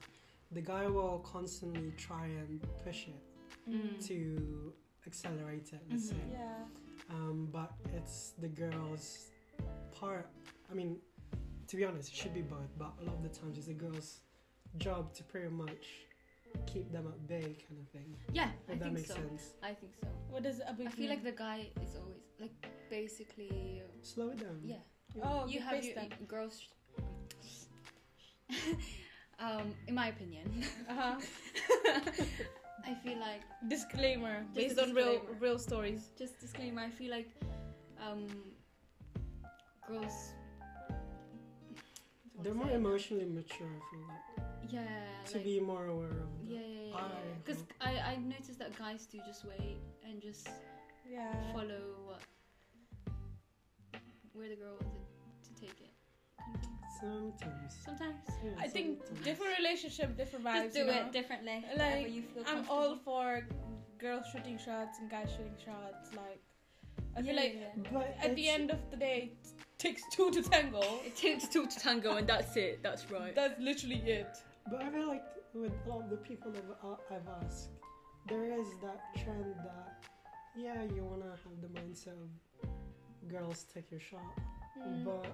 [SPEAKER 2] The guy will constantly try and push it
[SPEAKER 3] Mm.
[SPEAKER 2] to accelerate it. Let's
[SPEAKER 1] Mm-hmm.
[SPEAKER 3] Mhm.
[SPEAKER 2] say,
[SPEAKER 1] Yeah.
[SPEAKER 2] um, but it's the girl's part. I mean, to be honest, it should be both, but a lot of the times it's the girl's job to pretty much keep them at bay, kind of thing. If
[SPEAKER 3] Yeah, I
[SPEAKER 2] that
[SPEAKER 3] think
[SPEAKER 2] makes
[SPEAKER 3] so.
[SPEAKER 2] sense.
[SPEAKER 3] I think so.
[SPEAKER 1] What does a big
[SPEAKER 3] I feel like the guy is always like basically
[SPEAKER 2] Slow it down.
[SPEAKER 3] yeah.
[SPEAKER 1] Oh
[SPEAKER 3] you
[SPEAKER 1] good
[SPEAKER 3] have
[SPEAKER 1] face
[SPEAKER 3] your e-,
[SPEAKER 1] then.
[SPEAKER 3] girls. um, in my opinion,
[SPEAKER 1] uh-huh.
[SPEAKER 3] I feel like
[SPEAKER 1] disclaimer
[SPEAKER 3] Just
[SPEAKER 1] based
[SPEAKER 3] a
[SPEAKER 1] on real
[SPEAKER 3] disclaimer.
[SPEAKER 1] real stories.
[SPEAKER 3] just disclaimer. I feel like um, girls.
[SPEAKER 2] They're more emotionally mature, I feel like.
[SPEAKER 3] Yeah.
[SPEAKER 2] to
[SPEAKER 3] like-
[SPEAKER 2] be more aware of that.
[SPEAKER 3] Yeah, yeah,
[SPEAKER 2] I
[SPEAKER 3] yeah. Because
[SPEAKER 2] hope-
[SPEAKER 3] I I noticed that guys do just wait and just
[SPEAKER 1] Yeah.
[SPEAKER 3] follow what where the girl wanted to take it. kind of thing.
[SPEAKER 2] Sometimes.
[SPEAKER 3] Sometimes.
[SPEAKER 2] Yeah,
[SPEAKER 1] I think
[SPEAKER 2] sometimes.
[SPEAKER 1] different relationship, different vibes.
[SPEAKER 3] Just do
[SPEAKER 1] you know?
[SPEAKER 3] it differently.
[SPEAKER 1] Like,
[SPEAKER 3] however you feel
[SPEAKER 1] I'm all
[SPEAKER 3] comfortable.
[SPEAKER 1] for girls shooting shots and guys shooting shots. Like, I feel
[SPEAKER 3] Yeah,
[SPEAKER 1] like
[SPEAKER 3] yeah,
[SPEAKER 2] But
[SPEAKER 1] at the
[SPEAKER 2] it's-
[SPEAKER 1] end of the day, it takes two to tango.
[SPEAKER 3] yeah. It takes two to tango, and that's it. That's right.
[SPEAKER 1] That's literally it.
[SPEAKER 2] But I feel like with a lot of the people that I've- uh, I've asked, there is that trend that, yeah, you want to have the mindset of girls take your shot,
[SPEAKER 1] Mm.
[SPEAKER 3] Mm.
[SPEAKER 2] but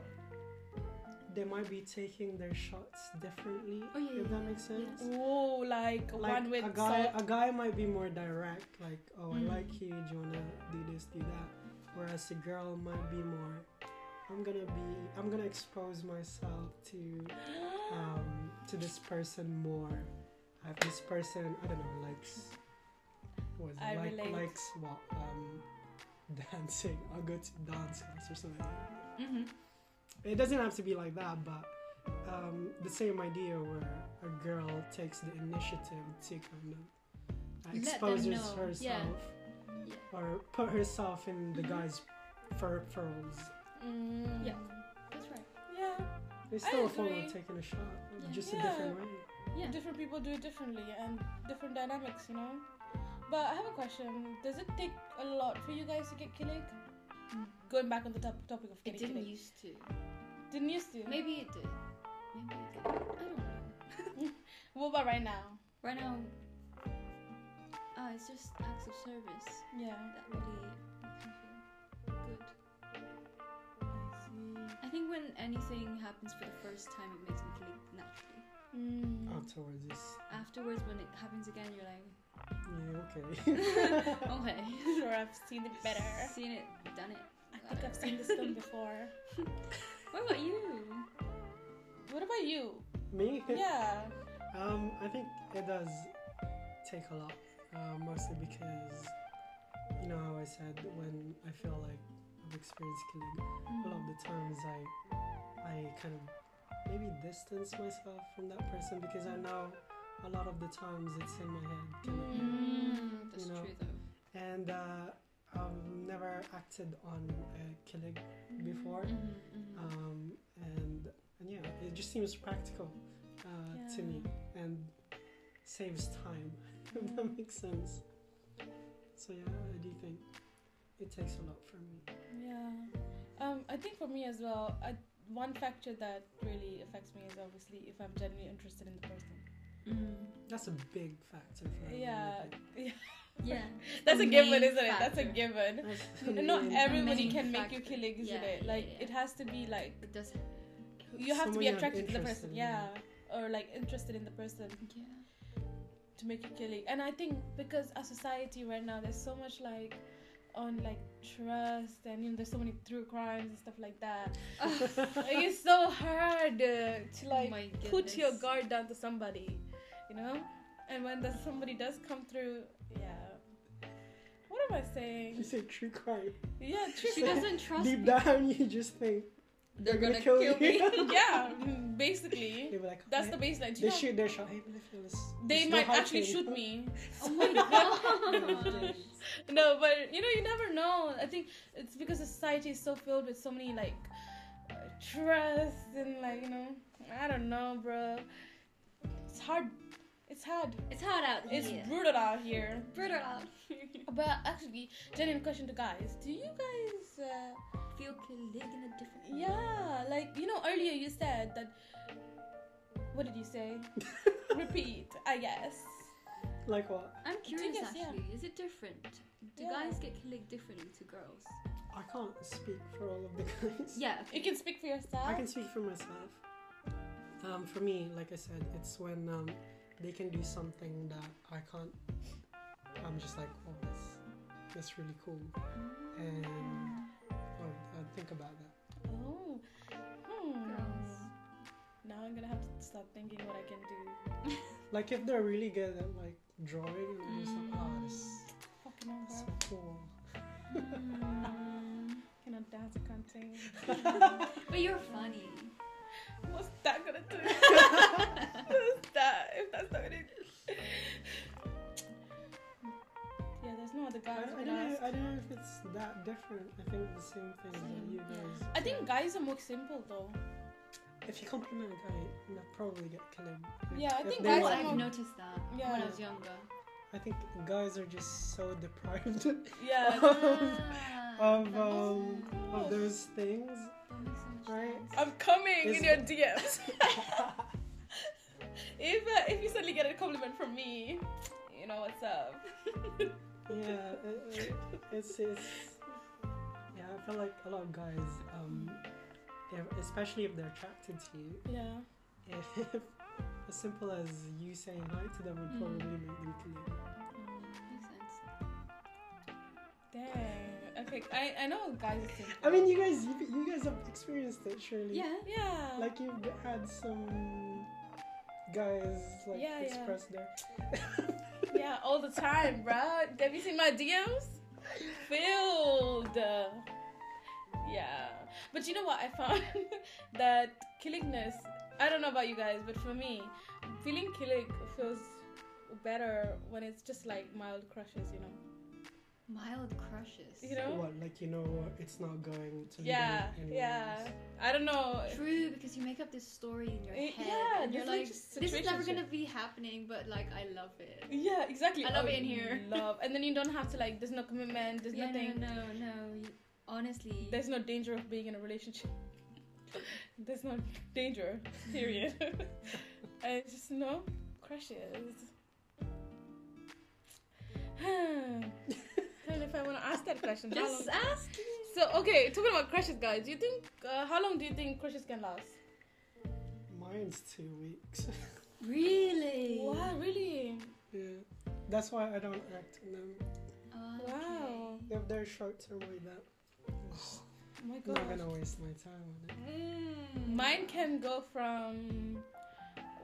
[SPEAKER 2] they might be taking their shots differently,
[SPEAKER 3] Oh, yeah,
[SPEAKER 2] if
[SPEAKER 3] yeah,
[SPEAKER 2] that
[SPEAKER 3] yeah.
[SPEAKER 2] makes sense.
[SPEAKER 1] Oh, like,
[SPEAKER 2] Like
[SPEAKER 1] one with
[SPEAKER 2] a guy,
[SPEAKER 1] salt.
[SPEAKER 2] a guy might be more direct, like, "Oh, I
[SPEAKER 3] Mm.
[SPEAKER 2] like you. Do you wanna do this, do that?" Whereas a girl might be more, "I'm gonna be, I'm gonna expose myself to, um, to this person more. Uh, If this person, I don't know, likes, what is it?
[SPEAKER 1] I
[SPEAKER 2] like,
[SPEAKER 1] relate.
[SPEAKER 2] likes what, um, dancing. I'll go to dance class or something. like that.
[SPEAKER 3] Mm-hmm.
[SPEAKER 2] It doesn't have to be like that, but." Um, the same idea where a girl takes the initiative to kind of
[SPEAKER 3] them
[SPEAKER 2] exposes
[SPEAKER 3] know,
[SPEAKER 2] herself
[SPEAKER 3] yeah.
[SPEAKER 2] or put herself in the guy's fur pearls.
[SPEAKER 1] Mm.
[SPEAKER 3] Yeah. That's right.
[SPEAKER 1] Yeah.
[SPEAKER 2] It's still a form
[SPEAKER 1] agree.
[SPEAKER 2] of taking a shot,
[SPEAKER 3] Yeah.
[SPEAKER 2] just
[SPEAKER 1] Yeah.
[SPEAKER 2] a different way.
[SPEAKER 3] Yeah.
[SPEAKER 1] Different people do it differently and different dynamics, you know. But I have a question. Does it take a lot for you guys to get killing? Going back on the top- topic of
[SPEAKER 3] Mm. It
[SPEAKER 1] getting
[SPEAKER 3] didn't
[SPEAKER 1] killing.
[SPEAKER 3] used to.
[SPEAKER 1] Didn't used to.
[SPEAKER 3] Maybe it did. Maybe it did. I don't know.
[SPEAKER 1] What about right now?
[SPEAKER 3] Right now, uh, it's just acts of service
[SPEAKER 1] Yeah.
[SPEAKER 3] that really make me feel good.
[SPEAKER 1] I see.
[SPEAKER 3] I think when anything happens for the first time, it makes me feel it naturally.
[SPEAKER 1] Mm.
[SPEAKER 2] Afterwards, it's
[SPEAKER 3] Afterwards, when it happens again, you're like,
[SPEAKER 2] yeah, okay.
[SPEAKER 3] okay,
[SPEAKER 1] Sure, I've seen it better.
[SPEAKER 3] seen it, done it.
[SPEAKER 1] I think I've seen this film before.
[SPEAKER 3] What about you?
[SPEAKER 1] What about you?
[SPEAKER 2] Me?
[SPEAKER 1] Yeah.
[SPEAKER 2] Um, I think it does take a lot, uh, mostly because you know how I said when I feel like I've experienced killing, a lot of the times I, I kind of maybe distance myself from that person because I know a lot of the times it's in my head, kind of.
[SPEAKER 3] Mm, that's
[SPEAKER 2] You know,
[SPEAKER 3] true though.
[SPEAKER 2] and uh, I've never acted on a killing before.
[SPEAKER 3] Mm-hmm,
[SPEAKER 2] um, and and yeah, it just seems practical uh, to me and saves time. if that makes sense. So yeah, I do think it takes a lot from me.
[SPEAKER 1] Yeah. Um, I think for me as well, I, one factor that really affects me is obviously if I'm genuinely interested in the person.
[SPEAKER 3] Mm-hmm.
[SPEAKER 2] That's a big factor for everyone, I
[SPEAKER 1] Yeah.
[SPEAKER 2] think.
[SPEAKER 3] Yeah.
[SPEAKER 1] That's a
[SPEAKER 3] main
[SPEAKER 1] given, isn't it? That's a
[SPEAKER 3] factor.
[SPEAKER 1] given.
[SPEAKER 2] That's
[SPEAKER 1] And
[SPEAKER 2] the
[SPEAKER 1] not
[SPEAKER 2] main-
[SPEAKER 1] everybody
[SPEAKER 3] main
[SPEAKER 1] can make you
[SPEAKER 3] factor.
[SPEAKER 1] killing, isn't
[SPEAKER 3] Yeah,
[SPEAKER 1] it?
[SPEAKER 3] yeah,
[SPEAKER 1] Like
[SPEAKER 3] yeah.
[SPEAKER 1] it has to be like
[SPEAKER 3] It does.
[SPEAKER 1] you have to
[SPEAKER 2] Someone
[SPEAKER 1] be
[SPEAKER 2] you're
[SPEAKER 1] attracted to the
[SPEAKER 2] interested
[SPEAKER 1] person,
[SPEAKER 2] in.
[SPEAKER 1] yeah, or like interested in the person
[SPEAKER 3] Yeah.
[SPEAKER 1] to make you killing. And I think because our society right now, there's so much like on like trust and you know there's so many true crimes and stuff like that like it's so hard uh, to like
[SPEAKER 3] Oh my
[SPEAKER 1] put your
[SPEAKER 3] goodness.
[SPEAKER 1] guard down to somebody, you know? And when the, somebody does come through, yeah. What am I
[SPEAKER 2] You
[SPEAKER 1] saying?
[SPEAKER 2] say true crime.
[SPEAKER 1] Yeah, true.
[SPEAKER 3] She doesn't trust
[SPEAKER 2] Deep
[SPEAKER 3] me.
[SPEAKER 2] down, you just think
[SPEAKER 3] They're
[SPEAKER 2] They're
[SPEAKER 3] gonna,
[SPEAKER 2] gonna kill
[SPEAKER 3] kill me.
[SPEAKER 2] you.
[SPEAKER 1] yeah, mm, basically.
[SPEAKER 2] they were like,
[SPEAKER 1] That's
[SPEAKER 2] "Hey,"
[SPEAKER 1] the baseline. Do
[SPEAKER 2] They
[SPEAKER 1] you know,
[SPEAKER 2] shoot their shot. Hey, let's- let's-
[SPEAKER 1] they
[SPEAKER 2] let's go
[SPEAKER 1] might actually
[SPEAKER 2] hiking.
[SPEAKER 1] shoot me.
[SPEAKER 3] oh my god.
[SPEAKER 1] No, but you know, you never know. I think it's because the society is so filled with so many like uh, trust and like you know, I don't know, bro. It's hard. It's hard.
[SPEAKER 3] it's hard out here.
[SPEAKER 1] It's brutal out here.
[SPEAKER 3] brutal out
[SPEAKER 1] But actually, genuine question to guys: Do you guys, uh,
[SPEAKER 3] Feel killing in a different way.
[SPEAKER 1] yeah, like you know, earlier you said that. What did you say? Repeat, I guess.
[SPEAKER 2] Like what?
[SPEAKER 3] I'm curious
[SPEAKER 1] guess, yeah.
[SPEAKER 3] actually. Is it different? Do
[SPEAKER 1] Yeah.
[SPEAKER 3] guys get killed differently to girls?
[SPEAKER 2] I can't speak for all of the guys.
[SPEAKER 3] Yeah.
[SPEAKER 1] You can speak for yourself.
[SPEAKER 2] I can speak for myself. Um, for me, like I said, it's when um, they can do something that I can't. I'm just like, oh, that's, that's really cool. And well, I think about that.
[SPEAKER 1] Oh, hmm.
[SPEAKER 3] Girls.
[SPEAKER 1] Now I'm gonna have to start thinking what I can do.
[SPEAKER 2] Like if they're really good at like drawing, and I'm just like, oh, that's,
[SPEAKER 1] Fucking hell,
[SPEAKER 2] that's
[SPEAKER 1] bro.
[SPEAKER 2] so cool. Hmm.
[SPEAKER 3] Mm.
[SPEAKER 1] Cannot dance, I can't sing.
[SPEAKER 3] but you're funny.
[SPEAKER 1] What's that gonna do? What's that? If that's not gonna. yeah, there's no other guys.
[SPEAKER 2] I, I,
[SPEAKER 1] who
[SPEAKER 2] don't know,
[SPEAKER 1] ask.
[SPEAKER 2] I don't know if it's that different. I think the same thing that
[SPEAKER 1] Same,
[SPEAKER 2] you
[SPEAKER 1] yeah.
[SPEAKER 2] guys.
[SPEAKER 1] I think guys are more simple though.
[SPEAKER 2] If you compliment a guy, they'll probably get killed. Like,
[SPEAKER 1] Yeah, I
[SPEAKER 2] if
[SPEAKER 1] think
[SPEAKER 2] they
[SPEAKER 1] guys
[SPEAKER 3] Guys,
[SPEAKER 1] are I'm
[SPEAKER 2] like
[SPEAKER 3] I've
[SPEAKER 1] more-
[SPEAKER 2] you-
[SPEAKER 3] noticed that when I
[SPEAKER 1] Um, Yeah.
[SPEAKER 3] was younger.
[SPEAKER 2] I think guys are just so deprived.
[SPEAKER 1] Yeah.
[SPEAKER 3] Ah,
[SPEAKER 2] of um
[SPEAKER 3] that makes sense.
[SPEAKER 2] of those things.
[SPEAKER 3] That makes so much
[SPEAKER 2] right?
[SPEAKER 3] sense.
[SPEAKER 1] I'm coming
[SPEAKER 2] Is-
[SPEAKER 1] in your DMs. if uh, if you suddenly get a compliment from me, you know what's up.
[SPEAKER 2] Yeah, it, it, it's it's yeah. I feel like a lot of guys, um, if, especially if they're attracted to you,
[SPEAKER 1] Yeah.
[SPEAKER 2] if, as simple as you saying hi to them would
[SPEAKER 3] Mm.
[SPEAKER 2] probably make them clear.
[SPEAKER 1] Mm.
[SPEAKER 3] Makes sense.
[SPEAKER 1] Dang. Okay. I, I know guys are simple.
[SPEAKER 2] I mean, you guys, you, you guys have experienced it surely.
[SPEAKER 3] Yeah.
[SPEAKER 1] Yeah.
[SPEAKER 2] Like you've had some guys like
[SPEAKER 1] Yeah, yeah.
[SPEAKER 2] express their
[SPEAKER 1] yeah, all the time, bruh. Have you seen my DMs? Filled. Yeah. But you know what? I found that killingness. I don't know about you guys, but for me, feeling killing feels better when it's just like mild crushes, you know.
[SPEAKER 3] Mild crushes.
[SPEAKER 1] You know?
[SPEAKER 2] What, like you know, what, it's not going to lead
[SPEAKER 1] Yeah,
[SPEAKER 2] anywhere
[SPEAKER 1] yeah.
[SPEAKER 2] else.
[SPEAKER 1] I don't know.
[SPEAKER 3] True, because you make up this story in your
[SPEAKER 1] Eh,
[SPEAKER 3] head.
[SPEAKER 1] yeah,
[SPEAKER 3] and you're
[SPEAKER 1] there's, like,
[SPEAKER 3] like,
[SPEAKER 1] just
[SPEAKER 3] this is never
[SPEAKER 1] situationship."
[SPEAKER 3] gonna be happening, but like I love it.
[SPEAKER 1] Yeah, exactly. Oh,
[SPEAKER 3] I love it in here.
[SPEAKER 1] Love, and then you don't have to like. There's no commitment. There's
[SPEAKER 3] yeah, no,
[SPEAKER 1] nothing.
[SPEAKER 3] No, no, you- Honestly,
[SPEAKER 1] There's no danger of being in a relationship. There's no danger. Period. I just no crushes. I don't know if I want to ask that question. How
[SPEAKER 3] just
[SPEAKER 1] long-
[SPEAKER 3] ask.
[SPEAKER 1] So okay, talking about crushes, guys. Do you think uh, how long do you think crushes can last?
[SPEAKER 2] Mine's two weeks.
[SPEAKER 3] Really?
[SPEAKER 1] Wow, really?
[SPEAKER 2] yeah, that's why I don't act on them.
[SPEAKER 3] Oh, okay.
[SPEAKER 1] Wow.
[SPEAKER 2] If they're short term like that,
[SPEAKER 1] Oh my
[SPEAKER 2] I'm
[SPEAKER 1] god.
[SPEAKER 2] not gonna waste my time on it.
[SPEAKER 3] Mm.
[SPEAKER 1] Mine can go from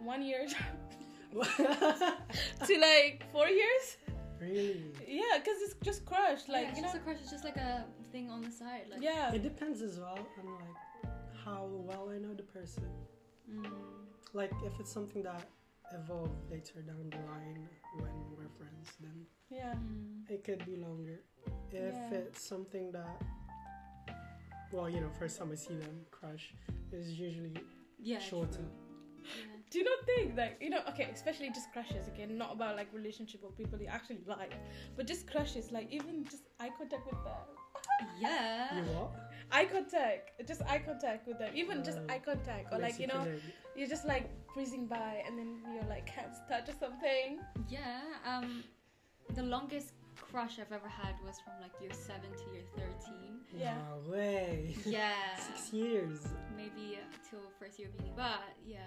[SPEAKER 1] one year to like four years.
[SPEAKER 2] Really?
[SPEAKER 1] Yeah, because it's just crushed. Like
[SPEAKER 3] yeah, it's
[SPEAKER 1] you know.
[SPEAKER 3] just a crush. It's just like a thing on the side. Like
[SPEAKER 1] yeah.
[SPEAKER 2] It depends as well on like how well I know the person.
[SPEAKER 3] Mm.
[SPEAKER 2] Like if it's something that evolved later down the line when we're friends, then
[SPEAKER 1] Yeah.
[SPEAKER 3] Mm.
[SPEAKER 2] it could be longer. If
[SPEAKER 1] Yeah.
[SPEAKER 2] it's something that, well, you know, first time I see them, crush is usually
[SPEAKER 3] Yeah.
[SPEAKER 2] shorter.
[SPEAKER 3] true. Yeah.
[SPEAKER 1] Do you not think like you know? Okay, especially just crushes. Again, not about like relationship or people you actually like, but just crushes. Like even just eye contact with them.
[SPEAKER 3] Yeah.
[SPEAKER 2] You what?
[SPEAKER 1] Eye contact, just eye contact with them. Even just
[SPEAKER 2] Oh.
[SPEAKER 1] eye contact, or
[SPEAKER 2] Makes
[SPEAKER 1] like you know,
[SPEAKER 2] feel like-
[SPEAKER 1] you're just like breezing by and then you're like hands touch or something.
[SPEAKER 3] Yeah, um, the longest crush I've ever had was from like year seven to year thirteen.
[SPEAKER 1] Yeah.
[SPEAKER 2] No way.
[SPEAKER 3] Yeah,
[SPEAKER 2] Six years.
[SPEAKER 3] maybe uh, till first year of uni, but yeah,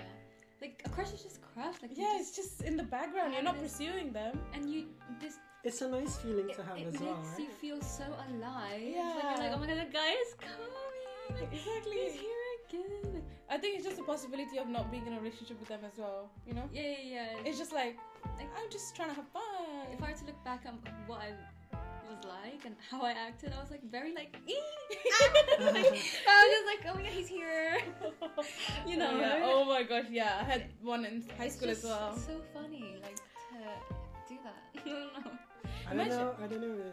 [SPEAKER 3] like a crush is just crush. Like you
[SPEAKER 1] Yeah,
[SPEAKER 3] just,
[SPEAKER 1] it's just in the background. You're not
[SPEAKER 3] Yes.
[SPEAKER 1] pursuing them.
[SPEAKER 3] and you this
[SPEAKER 2] It's a nice feeling
[SPEAKER 3] it,
[SPEAKER 2] to have
[SPEAKER 3] it
[SPEAKER 2] as
[SPEAKER 3] makes
[SPEAKER 2] well.
[SPEAKER 3] you
[SPEAKER 2] right?
[SPEAKER 3] feel so alive.
[SPEAKER 1] Yeah.
[SPEAKER 3] when you're like, oh my god, the guy is coming. Like, He's
[SPEAKER 1] Exactly.
[SPEAKER 3] here again. Like,
[SPEAKER 1] I think it's just a possibility of not being in a relationship with them as well. You know,
[SPEAKER 3] yeah, yeah, yeah.
[SPEAKER 1] it's just like,
[SPEAKER 3] Like-
[SPEAKER 1] I'm just trying to have fun.
[SPEAKER 3] if I were to look back on what I was like and how I acted, I was like very like, "Ee, ah." Like, I was just like, oh my god, he's here. You know,
[SPEAKER 1] Oh, yeah.
[SPEAKER 3] right?
[SPEAKER 1] Oh my gosh, yeah. I had one in high school as well.
[SPEAKER 3] It's so funny, like to do that. I don't know.
[SPEAKER 2] I don't
[SPEAKER 1] Imagine-
[SPEAKER 2] know. I don't know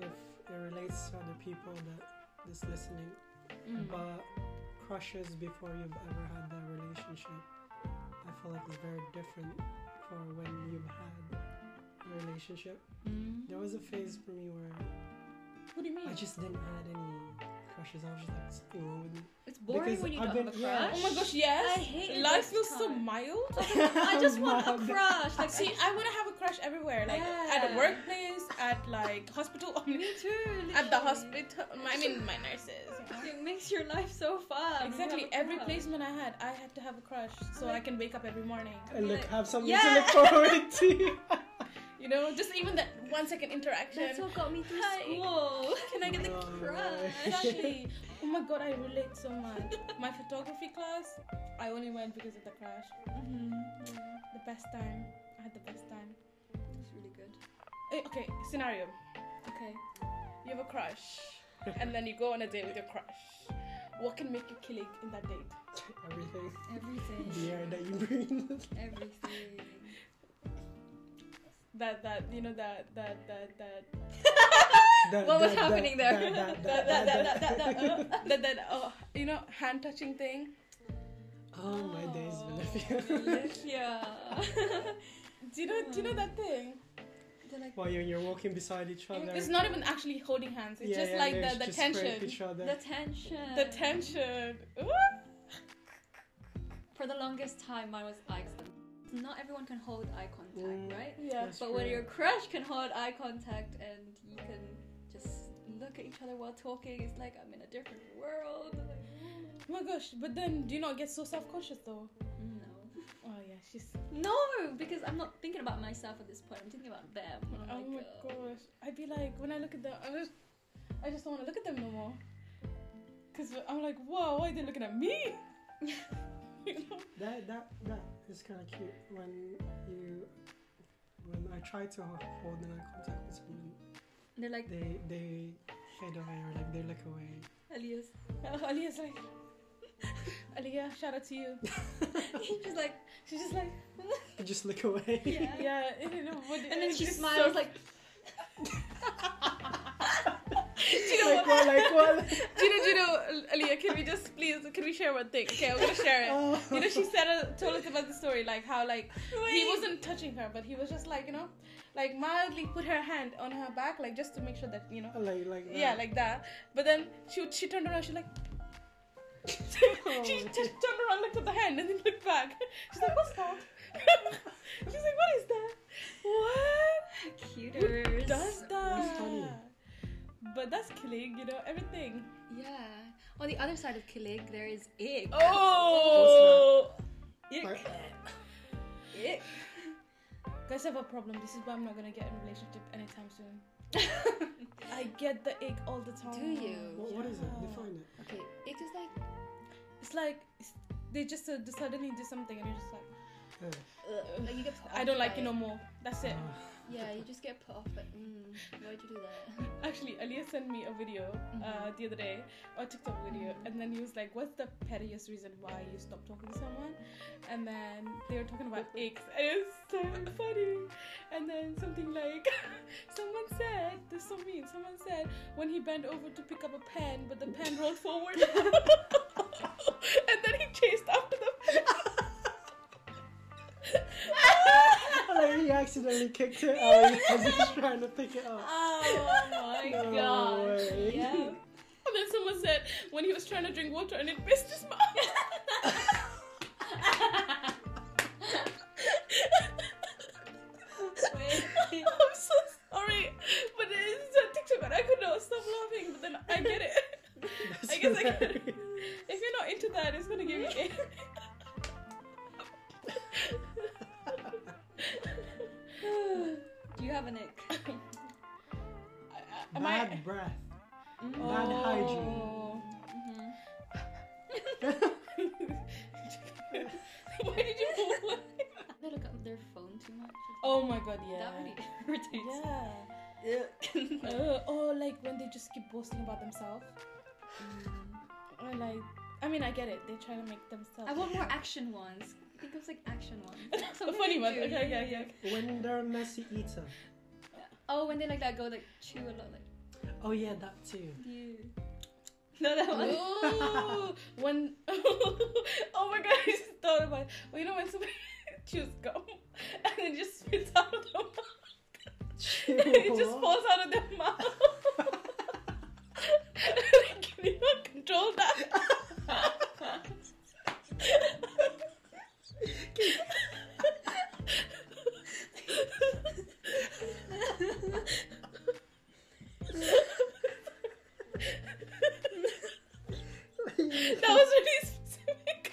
[SPEAKER 2] if if it relates to other people that that's listening,
[SPEAKER 3] Hmm.
[SPEAKER 1] Mm.
[SPEAKER 2] but crushes before you've ever had that relationship, I feel like it's very different for when you've had a relationship.
[SPEAKER 3] Mm.
[SPEAKER 2] There was a phase for me where
[SPEAKER 1] What do you mean?
[SPEAKER 2] I just didn't had any crushes. I was just like something wrong with me.
[SPEAKER 3] It's boring
[SPEAKER 2] Because
[SPEAKER 3] when you
[SPEAKER 2] I've
[SPEAKER 3] don't have a
[SPEAKER 2] been- yeah.
[SPEAKER 1] oh
[SPEAKER 3] crush.
[SPEAKER 1] my gosh, yes.
[SPEAKER 3] I hate it
[SPEAKER 1] Life
[SPEAKER 3] this
[SPEAKER 1] feels so
[SPEAKER 3] time.
[SPEAKER 1] mild.
[SPEAKER 3] I just want a
[SPEAKER 2] Mad.
[SPEAKER 3] crush. Like,
[SPEAKER 1] See, I want to have a crush everywhere, like at the
[SPEAKER 3] Yeah.
[SPEAKER 1] workplace, at like hospital,
[SPEAKER 3] me too.
[SPEAKER 1] at the
[SPEAKER 3] literally.
[SPEAKER 1] hospital. I mean, my nurses. you know.
[SPEAKER 3] It makes your life so fun.
[SPEAKER 1] Exactly. Every
[SPEAKER 3] place.
[SPEAKER 1] placement I had, I had to have a crush so I can wake up every morning.
[SPEAKER 2] And look,
[SPEAKER 3] Like,
[SPEAKER 2] have something to
[SPEAKER 3] yeah.
[SPEAKER 2] look forward to.
[SPEAKER 1] You know, just even that one second interaction.
[SPEAKER 3] That's what got me through
[SPEAKER 1] Hi.
[SPEAKER 3] school.
[SPEAKER 1] Can I get the
[SPEAKER 2] Oh,
[SPEAKER 3] crush?
[SPEAKER 1] Exactly. Oh my god, I relate so much. My photography class, I only went because of the crush.
[SPEAKER 3] Mm-hmm.
[SPEAKER 1] The best time. I had the best time.
[SPEAKER 3] It's really good.
[SPEAKER 1] Eh, Okay, scenario.
[SPEAKER 3] Okay.
[SPEAKER 1] You have a crush, and then you go on a date with your crush. What can make you click in that date?
[SPEAKER 2] Everything. The
[SPEAKER 3] Everything.
[SPEAKER 2] air that you breathe.
[SPEAKER 3] Everything.
[SPEAKER 1] That that you know that that that that
[SPEAKER 2] That-
[SPEAKER 3] What was
[SPEAKER 2] that- that-
[SPEAKER 3] happening there?
[SPEAKER 2] that-
[SPEAKER 1] that
[SPEAKER 2] that-
[SPEAKER 1] that that that
[SPEAKER 2] that- that-
[SPEAKER 1] that, uh, that, that oh you know hand touching thing.
[SPEAKER 2] Oh, my days,
[SPEAKER 1] Oh.
[SPEAKER 2] Olivia.
[SPEAKER 3] Olivia.
[SPEAKER 1] Do you know do you know that thing?
[SPEAKER 3] They're like,
[SPEAKER 2] While you're, you're walking beside each other.
[SPEAKER 1] It's not even actually holding hands. It's
[SPEAKER 2] Oh, Yeah,
[SPEAKER 1] just
[SPEAKER 2] yeah,
[SPEAKER 1] like
[SPEAKER 2] they're
[SPEAKER 1] the the
[SPEAKER 2] just
[SPEAKER 1] tension.
[SPEAKER 2] scrape Each other.
[SPEAKER 3] the tension.
[SPEAKER 1] The tension. Ooh.
[SPEAKER 3] For the longest time, mine was eye contact. Not everyone can hold eye contact,
[SPEAKER 2] Mm.
[SPEAKER 3] right?
[SPEAKER 1] Yeah.
[SPEAKER 2] That's
[SPEAKER 3] but when
[SPEAKER 2] true.
[SPEAKER 3] your crush can hold eye contact and you can just look at each other while talking, it's like I'm in a different world.
[SPEAKER 1] Oh my gosh, but then do you not get so self conscious though?
[SPEAKER 3] No.
[SPEAKER 1] Oh yeah, she's.
[SPEAKER 3] No, because I'm not thinking about myself at this point. I'm uh, thinking about them.
[SPEAKER 1] Oh, my gosh, I'd be like when I look at them, I just, I just don't want to look at them no more. Cause I'm like, whoa, why are they looking at me? You know?
[SPEAKER 2] That that that is kind of cute when you when I try to ho- hold an eye contact with someone,
[SPEAKER 3] They're like,
[SPEAKER 2] they they head away or like they look away.
[SPEAKER 3] Elias.
[SPEAKER 1] And Ali is like, Aliyah, shout out to you.
[SPEAKER 3] She's just like,
[SPEAKER 1] She's just like,
[SPEAKER 2] I just look away.
[SPEAKER 3] yeah.
[SPEAKER 1] yeah. you know, what-
[SPEAKER 3] And then she
[SPEAKER 1] it's
[SPEAKER 3] smiles
[SPEAKER 1] so-
[SPEAKER 3] like.
[SPEAKER 1] Do you know
[SPEAKER 2] like
[SPEAKER 1] what?
[SPEAKER 2] what? Like what?
[SPEAKER 1] Do you know, do you know, Aliyah, can we just please, can we share one thing? Okay, I'm gonna share it.
[SPEAKER 2] Oh.
[SPEAKER 1] You know, she said, uh, told us about the story, like how, like, he
[SPEAKER 3] Wait.
[SPEAKER 1] wasn't touching her, but he was just like, you know, like mildly put her hand on her back, like just to make sure that, you know,
[SPEAKER 2] like like uh, that.
[SPEAKER 1] yeah, like that. But then she she turned around, she like, she just turned around, looked at the hand, and then looked back. She's like, what's that? She's like, what is that? What
[SPEAKER 3] Cuters.
[SPEAKER 1] does that?
[SPEAKER 2] funny?
[SPEAKER 1] But that's killing, you know, everything.
[SPEAKER 3] Yeah. On the other side of Kilig, there is Ig.
[SPEAKER 1] Oh,
[SPEAKER 2] Like,
[SPEAKER 3] Ig.
[SPEAKER 1] guys I have a problem. This is why I'm not gonna get in a relationship anytime soon. I get the ache all the time.
[SPEAKER 3] Do you?
[SPEAKER 2] what, what is it?
[SPEAKER 1] Yeah.
[SPEAKER 2] Define it.
[SPEAKER 3] Okay, Ig is like.
[SPEAKER 1] It's like it's, they just uh, suddenly do something, and you're just like,
[SPEAKER 2] Yeah.
[SPEAKER 3] Ugh. Like you get put
[SPEAKER 1] I
[SPEAKER 3] off
[SPEAKER 1] don't like
[SPEAKER 3] by
[SPEAKER 1] you no more. That's it.
[SPEAKER 2] Uh,
[SPEAKER 3] Yeah, you just get put off. But mm, why'd you do that?
[SPEAKER 1] Actually, Aliyah sent me a video uh, the other day, a TikTok video, and then he was like, "What's the pettiest reason why you stop talking to someone?" And then they were talking about aches, and it was so funny. And then something like, someone said, "This is so mean." Someone said when he bent over to pick up a pen, but the pen rolled forward, and then he chased after the pen.
[SPEAKER 2] uh, oh, like he accidentally kicked it Oh, out because he's trying to pick it
[SPEAKER 1] Uh,
[SPEAKER 2] up.
[SPEAKER 3] Oh my
[SPEAKER 2] No
[SPEAKER 3] gosh.
[SPEAKER 2] way.
[SPEAKER 3] Yeah.
[SPEAKER 1] And then someone said when he was trying to drink water and it pissed his mouth.
[SPEAKER 3] Wait.
[SPEAKER 1] I'm so sorry, but it's a TikTok and I could not stop laughing. But then I get it. I guess I can. If you're not into that, it's gonna give you. A.
[SPEAKER 3] Do you have an ick?
[SPEAKER 1] I- I- Am
[SPEAKER 2] Bad
[SPEAKER 1] I?
[SPEAKER 2] breath.
[SPEAKER 3] Mm.
[SPEAKER 1] Oh.
[SPEAKER 2] Bad hygiene.
[SPEAKER 1] Why did you pull it?
[SPEAKER 3] They look at their phone too much.
[SPEAKER 1] Oh my god, yeah.
[SPEAKER 3] That really irritates
[SPEAKER 1] yeah.
[SPEAKER 3] me.
[SPEAKER 1] Uh, or like when they just keep boasting about themselves. Mm. Or like, I mean, I get it. They're trying to make themselves.
[SPEAKER 3] I want more action ones. Think of like action ones.
[SPEAKER 1] a
[SPEAKER 3] Something
[SPEAKER 1] funny
[SPEAKER 3] they
[SPEAKER 1] one.
[SPEAKER 3] do.
[SPEAKER 1] Okay, okay, yeah.
[SPEAKER 2] When they're a messy eater.
[SPEAKER 3] Oh, when they like that go like chew a lot like
[SPEAKER 2] Oh yeah, that too.
[SPEAKER 3] you. No, that one.
[SPEAKER 1] Ooh, when oh my god, I just thought about it. Well, you know when somebody chews gum and it just spits out of their mouth, it
[SPEAKER 3] Oh.
[SPEAKER 1] just falls out of their mouth. Can you not control that? That was really specific.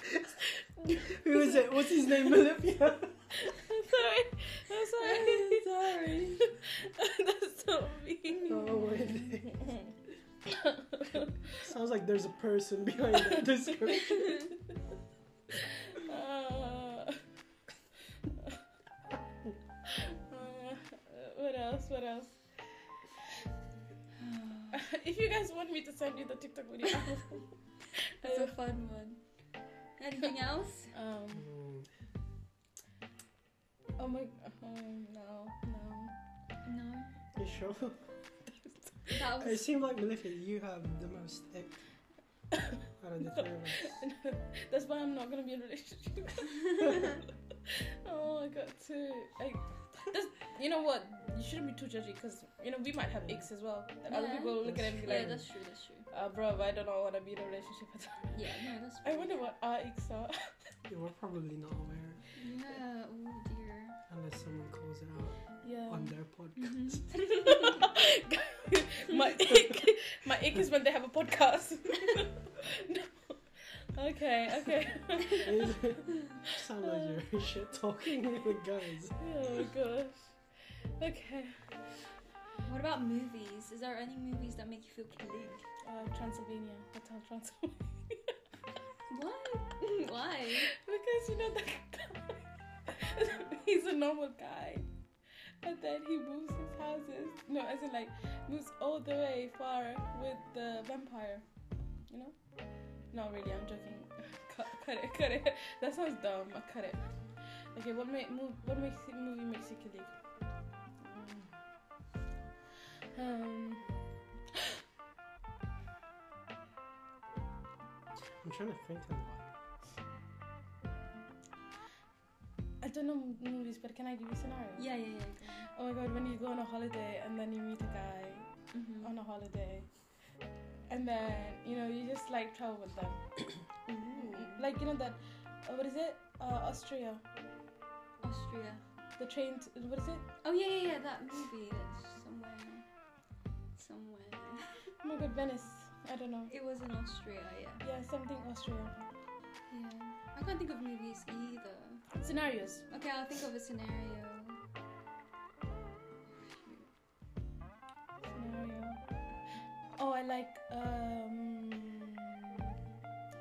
[SPEAKER 2] Who is it? What's his name, Olivia?
[SPEAKER 1] I'm sorry. I'm sorry.
[SPEAKER 3] I'm sorry.
[SPEAKER 1] That's so mean.
[SPEAKER 2] oh, wait. Sounds like there's a person behind that description.
[SPEAKER 1] Uh, uh, what else? What else? if you guys want me to send you the TikTok video,
[SPEAKER 3] That's a fun one. Anything else?
[SPEAKER 1] um,
[SPEAKER 2] Mm,
[SPEAKER 1] oh my, um, no, no.
[SPEAKER 3] No.
[SPEAKER 2] you sure?
[SPEAKER 3] That
[SPEAKER 2] It
[SPEAKER 3] was
[SPEAKER 2] seemed like Malifia, you have the most ick out of the three of us.
[SPEAKER 1] That's why I'm not gonna be in a relationship. oh, I got to. I, that's, you know what? You shouldn't be too judgy because you know we might have aches as well. And Other
[SPEAKER 3] Yeah.
[SPEAKER 1] people look at it and be
[SPEAKER 3] Yeah,
[SPEAKER 1] like,
[SPEAKER 3] that's true, that's true.
[SPEAKER 1] uh, bro, I don't want to be in a relationship with her.
[SPEAKER 3] Yeah, no, that's
[SPEAKER 1] I
[SPEAKER 3] true.
[SPEAKER 1] wonder what our aches are.
[SPEAKER 2] You were probably not aware
[SPEAKER 3] Yeah, oh dear.
[SPEAKER 2] unless someone calls it out
[SPEAKER 1] Yeah. Mm-hmm.
[SPEAKER 2] on their podcast.
[SPEAKER 1] my ache, my ache is when they have a podcast. No. Okay, okay.
[SPEAKER 2] Sound like you're shit talking with the guys.
[SPEAKER 1] Oh gosh. Okay.
[SPEAKER 3] What about movies? Is there any movies that make you feel killing?
[SPEAKER 1] Uh, Transylvania, Hotel Transylvania.
[SPEAKER 3] What? Why?
[SPEAKER 1] Because you know that guy, he's a normal guy, and then he moves his houses. No, as in like moves all the way far with the vampire. You know? Not really. I'm joking. cut, cut it, cut it. That sounds dumb. I cut it. Okay, what make move, what makes the movie makes you kill Um,
[SPEAKER 2] I'm trying to think of one.
[SPEAKER 1] I don't know movies, but can I give you scenario?
[SPEAKER 3] Yeah, yeah, yeah.
[SPEAKER 1] Oh my god, when you go on a holiday and then you meet a guy
[SPEAKER 3] Mm-hmm.
[SPEAKER 1] on a holiday, and then you know you just like travel with them,
[SPEAKER 3] Hmm.
[SPEAKER 1] like you know that, uh, what is it? Uh, Austria.
[SPEAKER 3] Austria.
[SPEAKER 1] The train. T- what is it?
[SPEAKER 3] Oh yeah, yeah, yeah. That movie. That's somewhere. Somewhere.
[SPEAKER 1] Oh my god, Venice. I don't know.
[SPEAKER 3] It was in Austria. Yeah.
[SPEAKER 1] Yeah, something Austria.
[SPEAKER 3] Yeah. I can't think of movies either.
[SPEAKER 1] Scenarios.
[SPEAKER 3] Okay, I'll think of a scenario.
[SPEAKER 1] Scenario. Oh, I like um,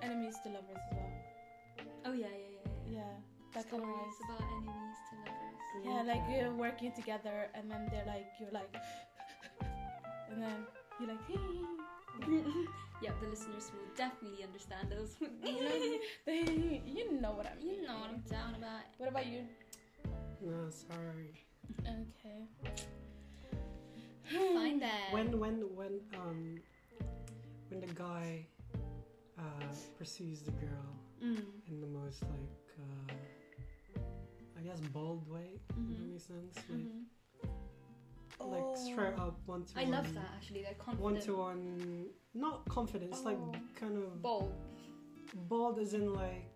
[SPEAKER 1] enemies to lovers as well.
[SPEAKER 3] Oh yeah, yeah, yeah. yeah.
[SPEAKER 1] Yeah, that kind of
[SPEAKER 3] Stories
[SPEAKER 1] nice.
[SPEAKER 3] about enemies to lovers.
[SPEAKER 1] Yeah, like you're working together, and then they're like, you're like, and then you're like,
[SPEAKER 3] yep, the listeners will definitely understand those.
[SPEAKER 1] you know, they, you know what I mean.
[SPEAKER 3] you know what I'm down about.
[SPEAKER 1] What about you?
[SPEAKER 2] No, sorry.
[SPEAKER 1] Okay. Hmm.
[SPEAKER 3] Find that.
[SPEAKER 2] When when when um when the guy uh pursues the girl
[SPEAKER 3] Mm.
[SPEAKER 2] in the most like uh I guess bold way, if that
[SPEAKER 3] hmm
[SPEAKER 2] makes sense. Like,
[SPEAKER 3] hmm
[SPEAKER 2] like straight
[SPEAKER 1] Mm-hmm.
[SPEAKER 2] up one to
[SPEAKER 3] Mm-hmm. Oh. I
[SPEAKER 2] one.
[SPEAKER 3] love that actually. They're confident.
[SPEAKER 2] One to one, not confidence, like
[SPEAKER 1] Oh.
[SPEAKER 2] kind of
[SPEAKER 3] Bold.
[SPEAKER 2] bold, as in like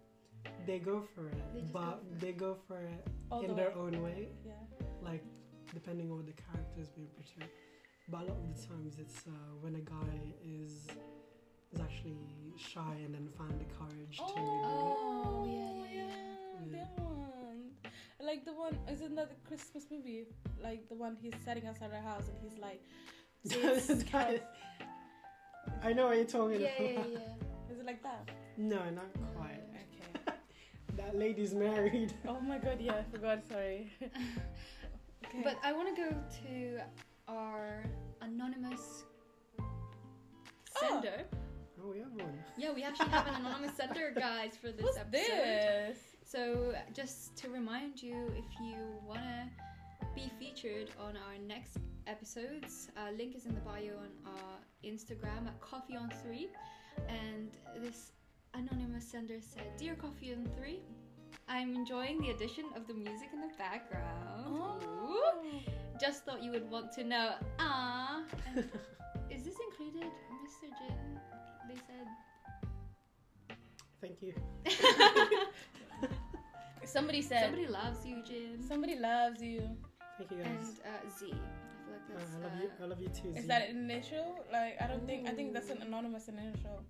[SPEAKER 2] they go for it,
[SPEAKER 3] They just go
[SPEAKER 2] but
[SPEAKER 3] for it.
[SPEAKER 2] they go for it
[SPEAKER 1] Oh. All
[SPEAKER 2] in
[SPEAKER 1] the
[SPEAKER 2] their
[SPEAKER 1] way.
[SPEAKER 2] own way,
[SPEAKER 1] Yeah.
[SPEAKER 2] like depending on what the character is being portrayed. But a lot of the times, it's uh, when a guy is is actually shy and then find the courage to. do
[SPEAKER 3] Oh, yeah, yeah,
[SPEAKER 1] Oh, yeah,
[SPEAKER 2] yeah.
[SPEAKER 1] that one. I Like the one, isn't that the Christmas movie? Like the one he's sitting outside our house and he's like,
[SPEAKER 2] it.
[SPEAKER 1] so it's
[SPEAKER 2] This guy- I know what you're talking
[SPEAKER 3] Yeah,
[SPEAKER 2] about.
[SPEAKER 3] yeah, yeah.
[SPEAKER 1] Is it like that?
[SPEAKER 2] No, not quite.
[SPEAKER 1] Okay.
[SPEAKER 2] That lady's married.
[SPEAKER 1] oh my god, yeah, I forgot, sorry. okay.
[SPEAKER 3] But I want to go to our anonymous
[SPEAKER 1] Oh.
[SPEAKER 3] sender.
[SPEAKER 2] Oh, we have one.
[SPEAKER 3] Yeah, we actually have an anonymous sender, guys, for this
[SPEAKER 1] what's
[SPEAKER 3] episode.
[SPEAKER 1] this?
[SPEAKER 3] So, just to remind you, if you want to be featured on our next episodes, uh, link is in the bio on our Instagram at Coffee on Three. And this anonymous sender said, "Dear Coffee on Three, I'm enjoying the addition of the music in the background. Ooh.
[SPEAKER 1] Oh.
[SPEAKER 3] Just thought you would want to know. Ah, is this included, Mr. Jin? They said."
[SPEAKER 2] Thank you.
[SPEAKER 1] Somebody said somebody,
[SPEAKER 3] Somebody loves you, Jin.
[SPEAKER 1] loves you.
[SPEAKER 2] Thank you
[SPEAKER 3] and
[SPEAKER 2] guys.
[SPEAKER 3] uh, Z. I feel like
[SPEAKER 2] Uh,
[SPEAKER 3] that's.
[SPEAKER 2] I love
[SPEAKER 3] uh,
[SPEAKER 2] you. I love you too.
[SPEAKER 1] Is
[SPEAKER 2] Z.
[SPEAKER 1] that an initial? Like I don't think I think that's an anonymous initial.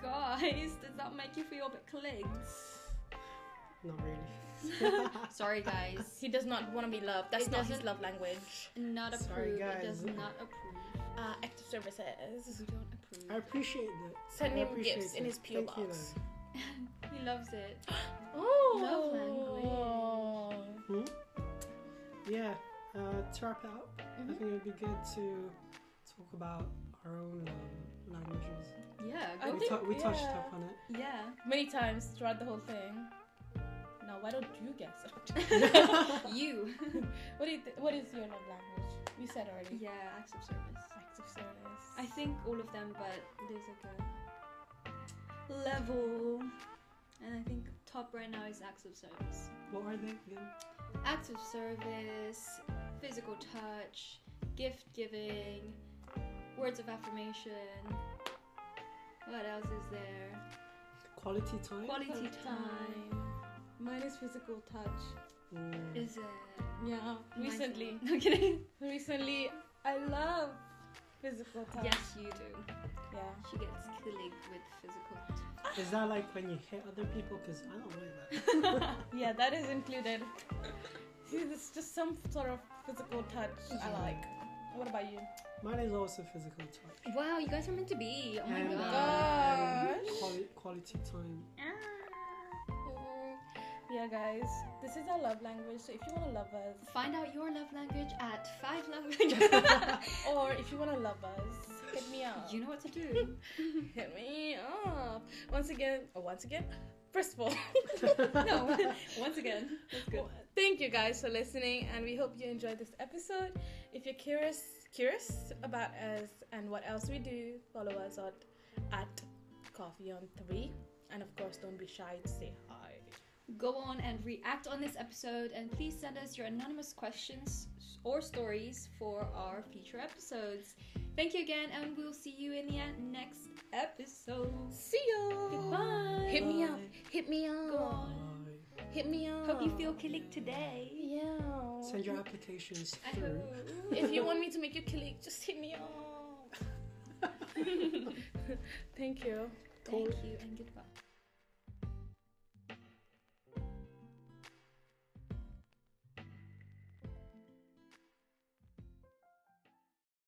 [SPEAKER 3] Guys, does that make you feel a bit clicked?
[SPEAKER 2] Not really.
[SPEAKER 3] Sorry, guys.
[SPEAKER 1] He does not want to be loved. That's
[SPEAKER 3] It
[SPEAKER 1] not his
[SPEAKER 3] doesn't-
[SPEAKER 1] love language.
[SPEAKER 3] Not approve.
[SPEAKER 2] Sorry,
[SPEAKER 3] It does
[SPEAKER 2] guys.
[SPEAKER 3] not approve.
[SPEAKER 1] Uh, active services.
[SPEAKER 3] We don't
[SPEAKER 2] I
[SPEAKER 3] approve.
[SPEAKER 2] appreciate that.
[SPEAKER 1] Send
[SPEAKER 2] I
[SPEAKER 1] him
[SPEAKER 2] appreciate
[SPEAKER 1] gifts in
[SPEAKER 2] it.
[SPEAKER 1] his PO
[SPEAKER 2] Thank you,
[SPEAKER 1] box.
[SPEAKER 2] though.
[SPEAKER 3] he loves it.
[SPEAKER 1] Oh,
[SPEAKER 2] Yeah. Uh, to wrap it up,
[SPEAKER 3] Mm-hmm.
[SPEAKER 2] I think it would be good to talk about our own um, languages.
[SPEAKER 3] Yeah.
[SPEAKER 1] I
[SPEAKER 3] Go.
[SPEAKER 2] we
[SPEAKER 1] think-
[SPEAKER 2] tou- we touched
[SPEAKER 1] yeah.
[SPEAKER 2] up on it.
[SPEAKER 3] yeah.
[SPEAKER 1] Many times throughout the whole thing. Now, why don't you guess it?
[SPEAKER 3] You.
[SPEAKER 1] What do you th- what is your love language? You said already.
[SPEAKER 3] yeah. Acts of service.
[SPEAKER 1] Acts of service.
[SPEAKER 3] I think all of them, but there's like a level, and I think top right now is acts of service.
[SPEAKER 2] What are they again?
[SPEAKER 3] acts of service, physical touch, gift giving, words of affirmation. What else is there?
[SPEAKER 2] Quality time.
[SPEAKER 3] Quality time.
[SPEAKER 1] Mine is physical touch.
[SPEAKER 2] Mm.
[SPEAKER 3] Is it?
[SPEAKER 1] Yeah. Recently,
[SPEAKER 3] Mindful- No kidding.
[SPEAKER 1] recently, I love physical touch.
[SPEAKER 3] Yes, you do.
[SPEAKER 1] Yeah.
[SPEAKER 3] She gets killing with physical touch.
[SPEAKER 2] Is that like when you hit other people? Because I don't like that.
[SPEAKER 1] Yeah, that is included. See, it's just some sort of physical touch I
[SPEAKER 2] Yeah.
[SPEAKER 1] like. What about you?
[SPEAKER 2] Mine is also physical touch.
[SPEAKER 3] Wow, you guys are meant to be. Oh my
[SPEAKER 2] And, um,
[SPEAKER 3] god.
[SPEAKER 1] gosh.
[SPEAKER 2] quali- quality time.
[SPEAKER 3] Ah.
[SPEAKER 1] yeah, guys, this is our love language. So if you want to love us,
[SPEAKER 3] Find out your love language at five love.
[SPEAKER 1] or if you want to love us, hit me up.
[SPEAKER 3] you know what to do.
[SPEAKER 1] hit me up once again. Or once again. First of all,
[SPEAKER 3] no, once again, that's good.
[SPEAKER 1] Thank you guys for listening, and we hope you enjoyed this episode. If you're curious, curious about us and what else we do, follow us at at Coffee on Three, and of course, don't be shy to say hi.
[SPEAKER 3] Go on and react on this episode, and please send us your anonymous questions or stories for our future episodes. Thank you again, and we'll see you in the uh, next episode.
[SPEAKER 1] See ya.
[SPEAKER 3] Goodbye.
[SPEAKER 1] Hit me up. Hit me
[SPEAKER 3] Go
[SPEAKER 1] up.
[SPEAKER 3] on.
[SPEAKER 1] Hit me up.
[SPEAKER 3] Hope you feel killing today.
[SPEAKER 1] Yeah.
[SPEAKER 2] Send your applications
[SPEAKER 3] I
[SPEAKER 2] through.
[SPEAKER 3] hope.
[SPEAKER 1] if you want me to make you click, just hit me up. Thank you.
[SPEAKER 3] Thank you and goodbye.